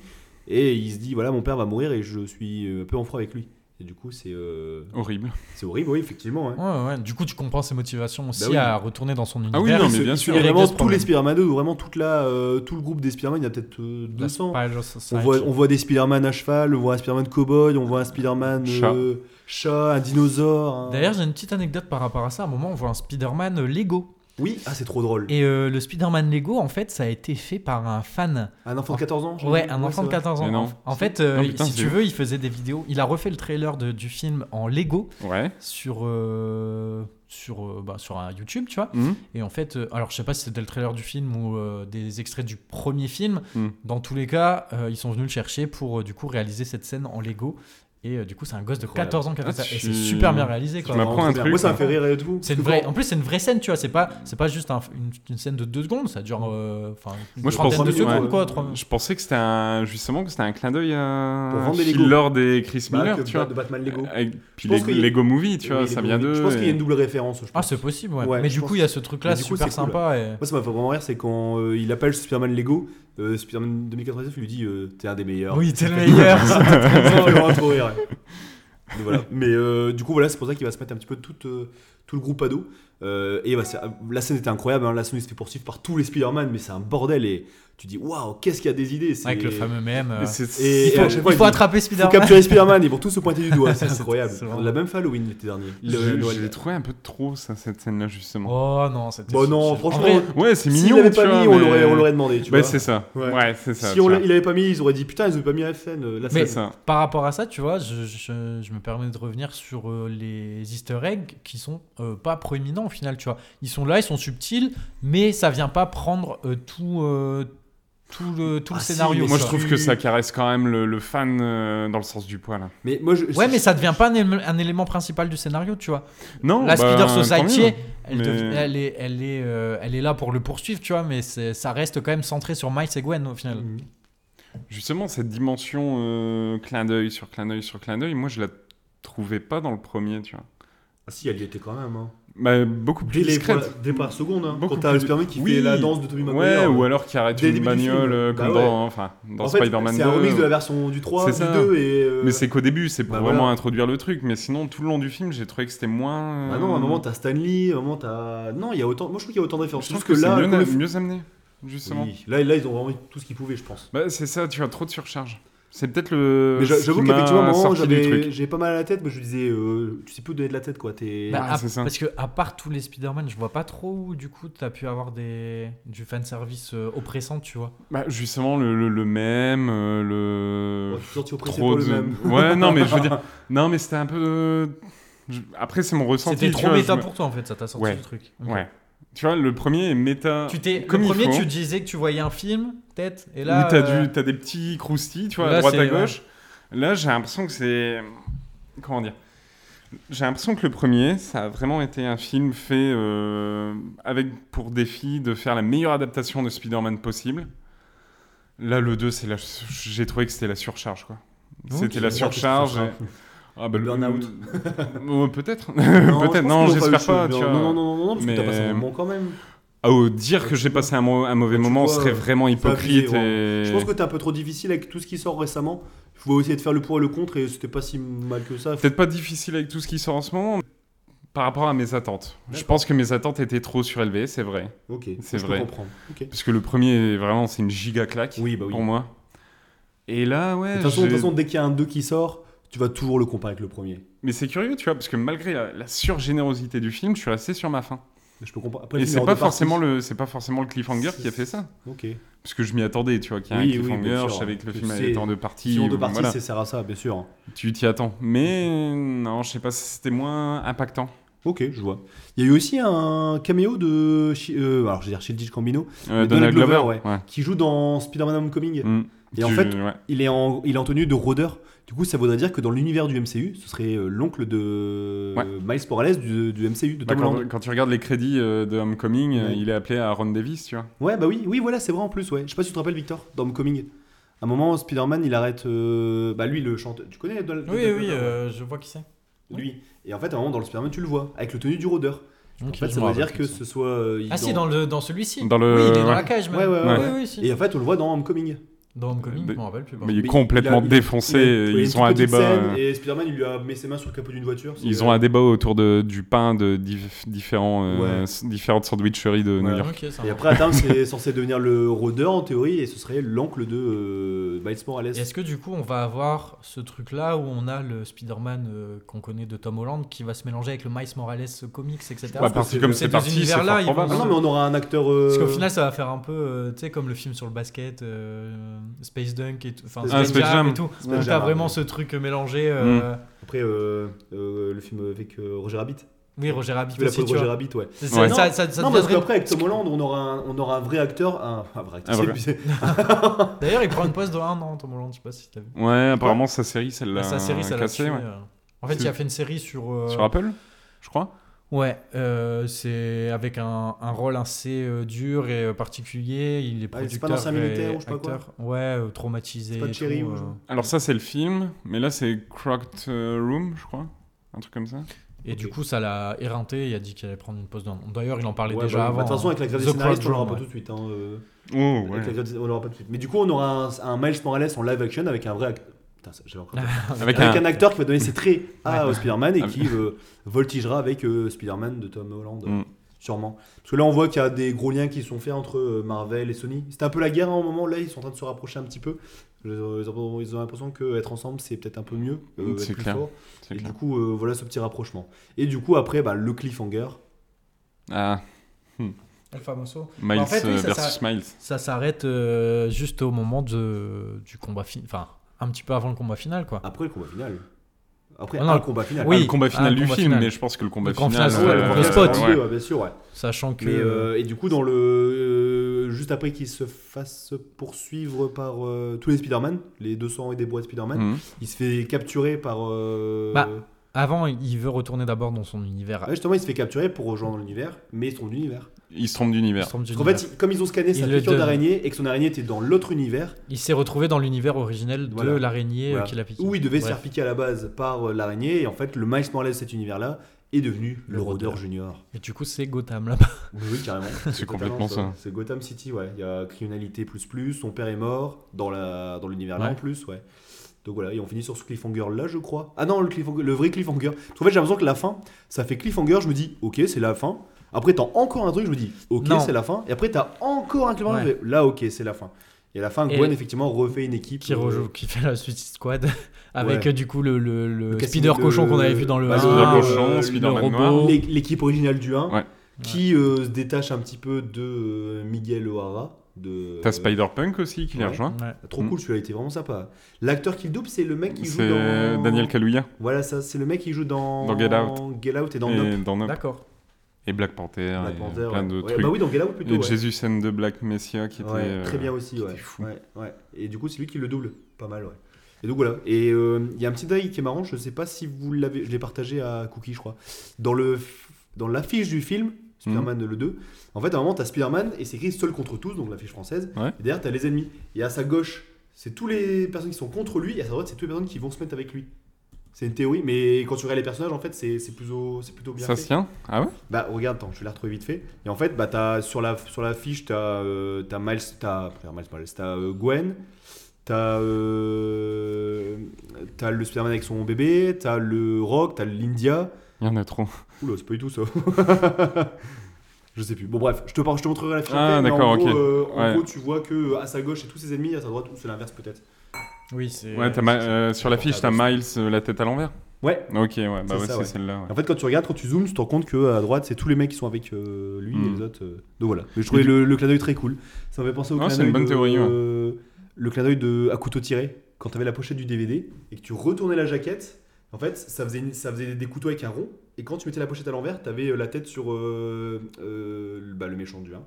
B: Et il se dit, voilà, mon père va mourir et je suis euh, un peu en froid avec lui. Et du coup, c'est euh,
C: Horrible.
B: c'est horrible, oui, effectivement. hein.
A: Ouais, ouais. Du coup, tu comprends ses motivations aussi
B: Bah oui.
A: à retourner dans son univers.
C: Ah oui, non,
A: et
C: mais
A: se-
C: bien
A: et
C: sûr.
B: Il y a
A: régler
B: vraiment
A: ce
B: tous les
A: problème.
B: Spider-Man, ou vraiment toute la, euh, tout le groupe des Spider-Man, il y en a peut-être euh,
A: La
B: 200.
A: Spiral Society.
B: On voit, on voit des Spider-Man à cheval, on voit un Spider-Man cowboy, on voit un Spider-Man
C: Chat.
B: euh, chat, un dinosaure. un-
A: D'ailleurs, j'ai une petite anecdote par rapport à ça. À un moment, on voit un Spider-Man Lego.
B: oui, ah, c'est trop drôle.
A: Et euh, le Spider-Man Lego, en fait, ça a été fait par un fan.
B: Un enfant de 14 ans j'ai
A: Ouais,
B: vu.
A: un enfant de
B: c'est vrai.
A: 14
C: Mais
A: ans.
C: non.
A: En fait, euh,
C: Non, putain,
A: si
C: c'est
A: tu
C: ouf.
A: veux, il faisait des vidéos. Il a refait le trailer de- du film en Lego
C: Ouais.
A: sur, euh, sur, euh, bah, sur un YouTube, tu vois.
C: Hmm.
A: Et en fait, euh, alors je sais pas si c'était le trailer du film ou euh, des extraits du premier film.
C: Mm.
A: Dans tous les cas, euh, ils sont venus le chercher pour euh, du coup réaliser cette scène en Lego. Et euh, du coup, c'est un gosse de
B: Incroyable.
A: 14 ans qui a fait ça.
C: Ah,
A: Et
C: tu-
A: c'est super bien réalisé.
C: Tu
A: quoi.
B: Ouais, c'est
C: m'apprends un
B: bien.
C: truc,
B: Moi, ça me
C: hein.
B: fait rire et tout.
A: C'est une
B: Parce que
A: vraie.
B: quand-
A: En plus, c'est une vraie scène, tu vois. C'est pas, c'est pas juste un- une, une scène de deux secondes. Ça dure, euh, enfin, une
C: Moi, je
A: trentaine
C: pense-
A: de
C: ouais.
A: secondes, quoi. trois-
C: Je pensais que c'était un. Justement, que c'était un clin d'œil
B: Pour
C: à.
B: vendre des Lego.
C: Lors des Chris
B: Bah,
C: Miller,
B: que
C: tu
B: Bat-
C: vois.
B: de Batman Lego.
C: Avec- Puis
B: Je pense
C: Lego,
B: qu'il y a-
C: Lego Movie, tu vois,
B: Oui,
C: ça
B: Lego
C: vient
B: Movie.
C: d'eux.
B: Je pense qu'il y a
C: et-
B: une double référence. Je
A: Ah,
B: pense.
A: c'est possible, ouais.
B: Ouais,
A: Mais
B: je
A: du coup,
B: pense.
A: il y a ce truc-là
B: Mais du coup,
A: super
B: c'est cool.
A: sympa. et-
B: Moi, ça m'a fait vraiment rire, c'est quand euh, il appelle Spider-Man Lego, euh, Spider-Man 2099, il lui dit euh, T'es un des meilleurs.
A: Oui, t'es le
B: <laughs>
A: meilleur.
B: Ça me fait vraiment trop rire. Donc voilà. Mais euh, du coup, voilà, c'est pour ça qu'il va se mettre un petit peu tout, euh, tout le groupe à euh, dos. Euh, et bah, c'est- la scène était incroyable. hein. La scène, il se fait poursuivre par tous les Spider-Man, mais c'est un bordel. Et tu dis waouh, qu'est-ce qu'il y a des idées c'est-
A: Avec le fameux même.
C: Mais c'est-
B: Et,
A: Il faut,
B: et à chaque fois,
A: il
B: ils
A: faut
B: disent,
A: attraper
B: faut
A: Spider-Man.
B: capturer Spider-Man, ils vont tous se pointer du
A: <laughs>
B: doigt, c'est
A: C'est-
B: incroyable.
A: c'est vraiment-
B: On l'a même fait Halloween l'été dernier. Le-
C: je,
B: Noël.
C: je l'ai trouvé un peu trop, ça, cette scène-là, justement.
A: Oh non, c'était.
B: Bon, Bah non,
A: subtil.
B: franchement,
A: En vrai,
C: Ouais, c'est
B: S'il
C: mignon,
B: l'avait
C: tu
B: pas
C: vois,
B: mis, on
C: mais-
B: l'aurait- on l'aurait demandé, tu
C: Ouais,
B: vois.
C: c'est ça.
B: Ouais.
C: Ouais, c'est ça.
B: Si
C: tu
B: on l'a-
C: vois.
B: il avait pas mis, ils auraient dit putain, ils ont pas mis la scène. euh, La
C: C'est
A: Mais-
B: scène.
C: ça.
A: par rapport à ça, tu vois, je, je- je me permets de revenir sur euh, les Easter eggs qui sont euh, pas proéminents au final, tu vois. Ils sont là, ils sont subtils, mais ça vient pas prendre euh, tout, euh, tout le, tout
B: Ah
A: le
B: si,
A: scénario.
B: mais
C: Moi,
A: tu
C: je
A: vois.
B: tu-
C: trouve que ça caresse quand même le, le fan euh, dans le sens du poil. hein.
B: Mais moi, je,
A: Ouais, mais ça devient pas un, élément- un élément principal du scénario, tu vois.
C: Non,
A: La
C: bah,
A: Spider
C: tant mieux.
A: Society, elle,
C: mais-
A: dev- elle est, elle, est, euh, elle est là pour le poursuivre, tu vois, mais c'est- ça reste quand même centré sur Miles et Gwen au final.
B: Mhm.
C: Justement, cette dimension euh, clin d'œil sur clin d'œil sur clin d'œil, moi, je la trouvais pas dans le premier, tu vois.
B: Ah si, elle y était quand même. Hein.
C: Bah, beaucoup plus
B: Dès les
C: discrète.
B: voilà, dès par seconde, hein,
C: Beaucoup
B: quand t'as le
C: plus-
B: Spider-Man qui
C: Oui.
B: fait la danse de Tobey Maguire.
C: Ouais,
B: euh,
C: ou alors qui arrête
B: Dès le
C: une
B: début du
C: bagnole
B: film.
C: euh, comme
B: Bah ouais.
C: dans, enfin, dans
B: en fait,
C: Spider-Man euh,
B: C'est
C: 2.
B: un remix de la version du 3,
C: C'est
B: du
C: ça.
B: 2 et. euh,
C: Mais c'est qu'au début, c'est pour
B: Bah
C: vraiment
B: voilà.
C: introduire le truc. Mais sinon, tout le long du film, j'ai trouvé que c'était moins. euh,
B: Ah non, à un moment t'as Stanley, à un moment t'as. Non, il y a autant. Moi je trouve qu'il y a autant de références.
C: je trouve
B: Juste
C: que, c'est
B: là,
C: mieux,
B: comme le-
C: mieux amené, justement.
B: Oui, là, là, ils ont vraiment mis tout ce qu'ils pouvaient, je pense.
C: Bah, c'est ça, tu as trop de surcharge. C'est peut-être le.
B: Mais j'a-
C: Euh, ce
B: j'avoue
C: qui
B: qu'effectivement, à un
C: m'a
B: moment,
C: sorti du
B: j'avais
C: truc.
B: j'avais pas mal à la tête, mais je me disais, euh, tu sais plus où donner de la tête quoi. T'es.
A: Bah,
C: Ouais,
A: à-
C: c'est ça.
A: Parce que à part tous les Spider-Man, je vois pas trop où du coup t'as pu avoir des du fan service oppressant, tu vois.
C: Bah, justement, le, le, le même, euh, le.
B: Oh, tu es sorti oppressé
C: trop
B: pour le
C: de-
B: même.
C: <laughs> Ouais,
B: <laughs>
C: non, mais je veux dire. Non, mais c'était un peu. euh, je- Après, c'est mon ressenti.
A: C'était
C: tu
A: trop
C: vois, je
A: méta
C: me-
A: pour toi en fait, ça t'a sorti
C: Ouais.
A: du truc. Ok.
C: Ouais. Tu vois, le premier est méta.
A: Tu t'es
C: comme
A: le
C: il
A: premier,
C: faut.
A: tu disais que tu voyais un film, peut-être, et là.
C: Où t'as
A: euh,
C: du- t'as des petits croustilles, tu vois,
A: là,
C: à droite
A: c'est-
C: à gauche. Là, j'ai l'impression que c'est. Comment dire J'ai l'impression que le premier, ça a vraiment été un film fait euh, avec pour défi de faire la meilleure adaptation de Spider-Man possible. Là, le 2, c'est la... j'ai trouvé que c'était la surcharge, quoi.
A: Ok.
C: C'était la
B: Je crois que
C: surcharge.
B: c'est ça.
C: et- <laughs> Ah, bah,
B: Le burn-out.
C: <laughs> Euh, Peut-être.
B: je pense
C: Peut-être. Non,
B: qu'ils ont eu
C: j'espère
B: chaud,
C: pas.
B: mais
C: tu
B: Non,
C: vois.
B: non, non, non, non, parce
C: Mais-
B: que t'as passé un moment quand même.
C: Ah, oh, dire que j'ai passé un, mo- un mauvais
B: Bah, Tu
C: moment
B: vois,
C: serait vraiment
B: faut abuser,
C: hypocrite.
B: ouais.
C: et-
B: Je pense que t'es un peu trop difficile avec tout ce qui sort récemment. Il faut essayer de faire le pour et le contre et c'était pas si mal que ça.
C: peut-être pas difficile avec tout ce qui sort en ce moment par rapport à mes attentes. Je
B: D'accord.
C: pense que mes attentes étaient trop surélevées, c'est vrai.
B: Ok,
C: C'est
B: je
C: vrai.
B: peux comprendre. Ok.
C: Parce que le premier, vraiment, c'est une giga claque
B: Oui, bah oui.
C: pour moi. Et là,
B: De
C: ouais.
B: toute façon, de
C: j'ai-
B: toute façon, dès qu'il y a un 2 qui sort, tu vas toujours le comparer avec le premier.
C: Mais c'est curieux, tu vois, parce que malgré la, la surgénérosité du film, je suis resté sur ma faim.
B: Mais Je peux comprendre. Après,
C: Et
B: le
C: c'est
B: numéro
C: pas,
B: de partie-
C: forcément le, c'est pas forcément le cliffhanger qui a fait ça.
B: Ok.
C: Parce que je m'y attendais, tu vois, qu'il y a
B: Oui,
C: un
B: oui, bien
C: cliffhanger,
B: sûr.
C: je savais que le
B: Tu
C: film
B: sais,
C: allait être en deux parties.
B: Si on deux parties,
C: voilà.
B: c'est sert à ça, bien sûr. hein.
C: Tu t'y attends. Mais non, je sais pas, c'était moins impactant.
B: Ok, je vois. Il y a eu aussi un caméo de. Chi- euh, alors, je veux dire, Childish Cambino,
C: Euh,
B: Mais
C: Donald
B: Donald
C: Glover,
B: Glover, qui joue dans Spider-Man Homecoming.
C: Mm.
B: Et en
C: Tu-
B: fait,
C: ouais.
B: Il est en, il est en tenue de rôdeur. Du coup, ça voudrait dire que dans l'univers du MCU, ce serait euh, l'oncle de
C: Ouais.
B: Miles Morales du, du MCU, de
C: Bah,
B: Tom
C: quand,
B: Holland.
C: quand tu regardes les crédits euh, de Homecoming, euh,
B: Ouais.
C: il est appelé à Aaron Davis, tu vois.
B: Ouais, bah oui, oui, voilà, c'est vrai en plus, ouais. Je sais pas si tu te rappelles, Victor, dans Homecoming. À un moment, Spider-Man, il arrête. euh, bah lui, le chanteur. Tu connais Donald
A: Oui,
B: Donald
A: oui,
B: Glover,
A: euh, je vois qui c'est.
B: ouais. Lui. Et en fait, à un moment, dans le Spider-Man, tu le vois, avec le tenue du rôdeur.
A: Ok,
B: En fait,
A: je
B: ça
A: m'en
B: veut dire
A: rappelle
B: que
A: plus.
C: hein.
B: ce soit. euh, il-
A: Ah si, dans le dans celui-ci.
C: Dans le-
A: Oui, il est dans
C: ouais.
A: la cage même.
B: Ouais, ouais, ouais.
A: Oui, oui, si.
B: Et en fait, on le voit dans Homecoming.
A: Dans Homecoming,
C: Mais-
A: je m'en rappelle plus. par
C: Mais il est
B: Mais
C: complètement
B: il a-
C: défoncé,
B: Il
C: euh,
B: a- il a une
C: ils
B: toute
C: ont un
B: petite
C: débat.
B: scène,
C: euh,
B: Et euh, Spider-Man, il lui a mis ses mains sur le capot d'une voiture. c'est-
C: Ils ont un débat autour de, du pain de diff- différents, euh,
B: Ouais.
C: s- différentes sandwicheries de
B: Voilà.
C: New
A: contre.
C: York.
A: Ah, Ok, ça
B: Et
A: marche.
B: après, à terme, c'est <laughs> censé devenir le rôdeur en théorie, et ce serait l'oncle de euh, Miles Morales.
A: Et Est-ce que du coup on va avoir ce truc là où on a le Spider-Man euh, qu'on connaît de Tom Holland qui va se mélanger avec le Miles Morales euh, comics, etc.
C: Bah,
B: que
C: parce que
B: c'est-
C: comme
A: ces
C: c'est
A: deux
C: parti, c'est
A: univers-là,
C: fort
A: ils
B: Ah
C: probable.
A: vont-
B: non, mais on aura un acteur. euh,
A: Parce qu'au final, ça va faire un peu, euh, tu sais, comme le film sur le basket, euh, Space Dunk et tout, enfin
B: Ah,
A: Space,
C: Space
A: Jam,
C: Jam.
A: et tout.
B: Jam,
A: Donc t'as
B: ouais.
A: vraiment ce truc mélangé. euh,
B: Après, euh, euh, le film avec euh, Roger Rabbit.
A: Oui, Roger Rabbit
B: Tu veux la
A: aussi,
B: peau de
A: tu
B: Roger
A: vois.
B: Rabbit, ouais.
A: C'est- c'est-
C: Ouais.
A: Ça, ça, ça
B: non, parce
A: deviendrait-
B: qu'après, avec Tom Holland, on aura un, on aura un vrai acteur. Un, un vrai acteur.
C: Un vrai-
B: c'est-
A: D'ailleurs, il prend une pause de 1 an, Tom Holland, je sais pas si t'as vu. Bah,
C: Ouais, apparemment sa série, celle-là.
A: Sa série, ça l'a tué,
C: cassée, ouais.
A: euh. En fait, il a fait une série sur. euh,
C: Sur Apple, je crois.
A: Ouais, euh, c'est avec un, un rôle assez euh, dur et euh, particulier. Il est
B: Ah, c'est
A: producteur
B: pas l'ancien militaire
A: et
B: ou je sais pas quoi
A: acteur. Ouais, euh, traumatisé.
B: C'est pas
A: et
B: Cherry
A: tout,
B: ou
A: euh.
B: je-
C: Alors ça, c'est le film, mais là, c'est Crocked euh, Room, je crois. Un truc comme ça.
A: Et du
B: Ok.
A: coup, ça l'a éreinté. Il a dit qu'il allait prendre une pause d'un an. D'ailleurs, il en parlait
B: Ouais,
A: déjà
B: bah,
A: avant. hein.
B: De toute
C: hein.
B: façon, avec la grève des
A: The
B: scénaristes, on
A: Crossroom,
B: l'aura pas
A: ouais.
B: tout de suite. hein, euh,
C: Oh,
B: avec
C: ouais.
B: la grève des- On l'aura pas tout de suite. Mais du coup, on aura un, un Miles Morales en live action avec un vrai acteur. Putain, ça- j'avais encore
C: Avec
B: Avec
C: un...
B: un acteur
C: <laughs>
B: qui va donner ses traits à
A: Ouais.
B: euh, Spider-Man et
C: Ah,
B: qui euh, voltigera avec euh, Spider-Man de Tom Holland.
C: Mm.
B: Sûrement. Parce que là, on voit qu'il y a des gros liens qui sont faits entre euh, Marvel et Sony. C'était un peu la guerre à un moment, là, ils sont en train de se rapprocher un petit peu. Ils ont ils ont- ils ont l'impression qu'être ensemble, c'est peut-être un peu mieux, euh,
C: C'est
B: être plus
C: clair.
B: fort.
C: c'est
B: Et
C: clair.
B: du coup, euh, voilà ce petit rapprochement. Et du coup, après, bah, le cliffhanger.
C: Ah,
A: Le famoso.
C: Miles
A: Bah, En fait, oui,
C: euh,
A: ça, ça-
C: versus Miles.
A: Ça s'arrête euh, juste au moment de, du combat final. Enfin, un petit peu avant le combat final, quoi.
B: Après le combat final. Après
A: Ah non,
B: un combat final.
A: oui.
C: Ah, le combat
A: ah,
C: final
A: le
C: du
A: combat
C: film,
A: final.
C: mais je pense que le combat
A: Le grand
B: Ah,
C: final. euh,
A: final,
B: ouais,
A: le
B: ouais,
A: premier
B: ouais,
A: spot.
B: ouais, ouais, bien sûr, ouais.
A: Sachant que.
B: Mais, euh, et du coup, dans le euh, juste après qu'ils se fassent poursuivre par euh, tous les Spider-Man, les 200 et des bois de Spider-Man,
C: Mhm.
B: il se fait capturer par. euh,
A: Mm. Bah. Avant, il veut retourner d'abord dans son univers.
B: ouais, justement, il se fait capturer pour rejoindre l'univers, mais ils sont l'univers.
C: Il se trompe
A: Il
C: d'univers.
A: se trompe
B: Parce qu'en
A: d'univers.
B: fait, il- comme ils ont scanné sa
A: Il le
B: piqûre
A: donne.
B: d'araignée et que son araignée était dans l'autre univers,
A: Il s'est retrouvé dans l'univers originel de
B: Voilà.
A: l'araignée
B: Voilà.
A: euh, qu'il a piqué.
B: où il devait se
A: Bref.
B: faire piquer à la base par euh, l'araignée, et en fait, le Miles Morales de cet univers-là est devenu le,
A: Le
B: Rôdeur
A: Rôdeur.
B: Junior.
A: Et du coup, c'est Gotham là-bas.
B: Oui, oui,
A: <laughs>
B: carrément.
C: C'est complètement
B: totalement
C: ça.
B: C'est Gotham City, ouais. Il y a criminalité plus plus, son père est mort dans la dans l'univers là
A: Ouais.
B: en plus, ouais. Donc voilà, et on finit sur ce cliffhanger là, je crois. Ah non, le, cliffhanger- le vrai cliffhanger. Parce qu'en fait, j'ai l'impression que la fin, ça fait cliffhanger, je me dis, ok, c'est la fin. Après, t'as encore un truc, je me dis, ok,
A: Non.
B: c'est la fin. Et après, t'as encore un cliffhanger,
A: Ouais.
B: je fais, là, ok, c'est la fin. Et à la fin,
A: Et-
B: Gwen, effectivement, refait une équipe.
A: Qui,
B: euh,
A: rejoue- qui fait la Suicide Squad. <laughs> Avec
B: Ouais.
A: euh, du coup le, le, le
B: Le casting
A: Spider
B: de-
A: Cochon qu'on avait vu dans le.
B: Bah,
A: un,
B: le Spider
A: euh,
B: Cochon,
A: le
C: Spider-Man
A: robot.
C: noir.
B: l'é- L'équipe originale du 1,
C: Ouais.
B: qui euh, se détache un petit peu de euh, Miguel O'Hara. de
C: T'as Spider-Punk aussi qui les
B: ouais.
C: rejoint.
A: Ouais.
B: Trop
C: Mm.
B: cool, celui-là il était vraiment sympa. L'acteur qui le double, c'est le mec qui joue
C: C'est
B: dans.
C: Daniel Kaluuya
B: Voilà, ça, c'est le mec qui joue dans.
C: Dans Get Out.
B: Get Out et dans Nope.
C: et, dans Nope.
A: D'accord.
C: et Black Panther
B: Black
C: et
B: Panther,
C: plein
B: ouais.
C: de
B: Ouais,
C: trucs.
B: Bah oui, dans Get Out plutôt.
C: et
B: ouais.
C: Jesus and the Black Messiah qui était
B: Ouais,
C: euh,
B: très bien aussi, ouais.
C: était fou.
B: Ouais, ouais. Et du coup, c'est lui qui le double. Pas mal, ouais. Et donc voilà. Et euh, il y a un petit détail qui est marrant, je sais pas si vous l'avez. Je l'ai partagé à Cookie, je crois. Dans le f- dans l'affiche du film,
C: Mhm.
B: Spider-Man le 2, en fait, à un moment, t'as Spider-Man et c'est écrit seul contre tous, donc l'affiche française.
C: Ouais.
B: Et derrière, t'as les ennemis. Et à sa gauche, c'est tous les personnes qui sont contre lui, et à sa droite, c'est toutes les personnes qui vont se mettre avec lui. C'est une théorie, mais quand tu regardes les personnages, en fait, c'est c'est plutôt, c'est plutôt bien
C: Ça
B: fait.
C: se tient Ah ouais
B: Bah regarde, attends, je vais la retrouver vite fait. Et en fait, bah t'as sur la sur la fiche, t'as euh, t'as Miles, t'as pas Miles Morales, t'as euh, Gwen, t'as euh, t'as le Spider-Man avec son bébé, t'as le Rock, t'as l'India.
C: Il y en a trop.
B: Oula, c'est pas du tout ça. <laughs> je sais plus. Bon bref, je te par- je te montrerai la fiche.
C: Ah,
B: après, mais en
C: d'accord,
B: gros,
C: ok.
B: euh, en
C: Ouais.
B: gros, tu vois que euh, à sa gauche, c'est tous ses ennemis, à sa droite, c'est l'inverse peut-être.
A: Oui, c'est.
C: Ouais, t'as Ma- euh, sur l'affiche, t'as
A: portable.
C: Miles euh, la tête à l'envers
B: Ouais.
C: Ok, ouais, bah
B: C'est
C: ouais,
B: ça,
C: c'est
B: ouais.
C: celle-là. ouais.
B: En fait, quand tu regardes, quand tu zoomes, tu te rends compte que à droite, c'est tous les mecs qui sont avec euh, lui
C: Hmm.
B: et les autres. euh. Donc voilà. Mais je trouvais le, le clin d'œil très cool. Ça m'a fait penser au
C: Non,
B: clin
C: Ah, c'est
B: d'œil
C: une bonne
B: de-
C: théorie, ouais.
B: euh, le clin d'œil de à couteau tiré. Quand tu avais la pochette du DVD et que tu retournais la jaquette, en fait, ça faisait, une- ça faisait des couteaux avec un rond. Et quand tu mettais la pochette à l'envers, tu avais la tête sur euh, euh, le- bah, le méchant du 1.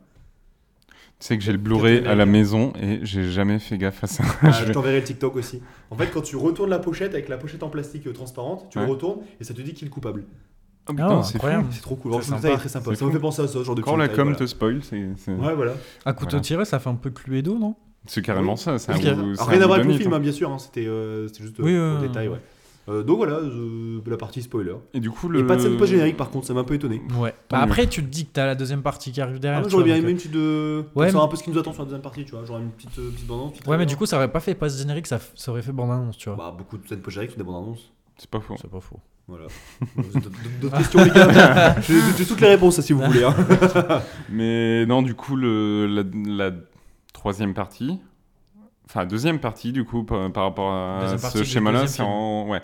C: Tu sais que j'ai le Blu-ray
B: Captain
C: à la
B: America.
C: maison et j'ai jamais fait gaffe à ça.
B: Ah,
C: <laughs> Je
B: je
C: vais-
B: t'enverrai le TikTok aussi. En fait, quand tu retournes la pochette avec la pochette en plastique euh, transparente, tu
C: Ouais.
B: le retournes et ça te dit qui est le coupable.
C: Oh,
A: Ah,
C: putain, <laughs> c'est fou.
A: incroyable.
B: C'est trop cool.
A: C'est
B: Franchement,
A: sympa.
B: ça est très sympa.
C: C'est
B: Ça me
C: fou.
B: fait penser à ça, ce genre de
C: Quand
B: petit
C: la
B: détail,
C: com
B: voilà.
C: te spoil, c'est c'est-
B: Ouais, voilà.
A: À couteau
C: Voilà.
A: tiré, ça fait un peu Cluedo, non
C: c'est carrément ça. c'est un
B: Ok.
C: bout- c'est
B: Alors,
C: un
B: rien à
C: bout
B: voir avec
C: de
B: le film,
C: mythe,
B: hein,
C: hein.
B: bien sûr, hein, c'était euh, c'était juste euh,
A: Oui,
B: pour
A: oui,
B: le
A: oui.
B: détail. Ouais. Euh, donc voilà, euh, la partie spoiler.
C: Et du coup, le.
B: Et pas de scène post-générique par contre, ça m'a un peu étonné.
A: Ouais. Bah
C: Tant mieux.
A: après, tu te dis que t'as la deuxième partie qui arrive
B: Ah,
A: derrière.
B: moi,
A: tu
B: J'aurais
A: vois,
B: bien
A: donc,
B: aimé une petite. euh,
A: Ouais,
B: on saura
A: mais-
B: un peu ce qui nous attend sur la deuxième partie, tu vois. Genre une petite, euh, petite bande-annonce. petite
A: euh, Ouais, mais
B: trailer.
A: du coup, ça aurait pas fait pas ce générique, ça, f- ça aurait fait bande-annonce, tu vois.
B: Bah, beaucoup de scènes post-génériques sont des bandes annonces.
C: C'est pas faux.
A: C'est pas faux. <laughs>
B: Voilà. Euh, d- d- D'autres questions, les gars J'ai j'ai toutes les réponses si vous
A: <laughs>
B: voulez. hein.
C: Mais non, du coup, le, la, la troisième partie, enfin deuxième partie, du coup, par, par rapport à
A: Deuxième partie
C: ce
A: du
C: schéma-là,
A: deuxième
C: c'est en ouais,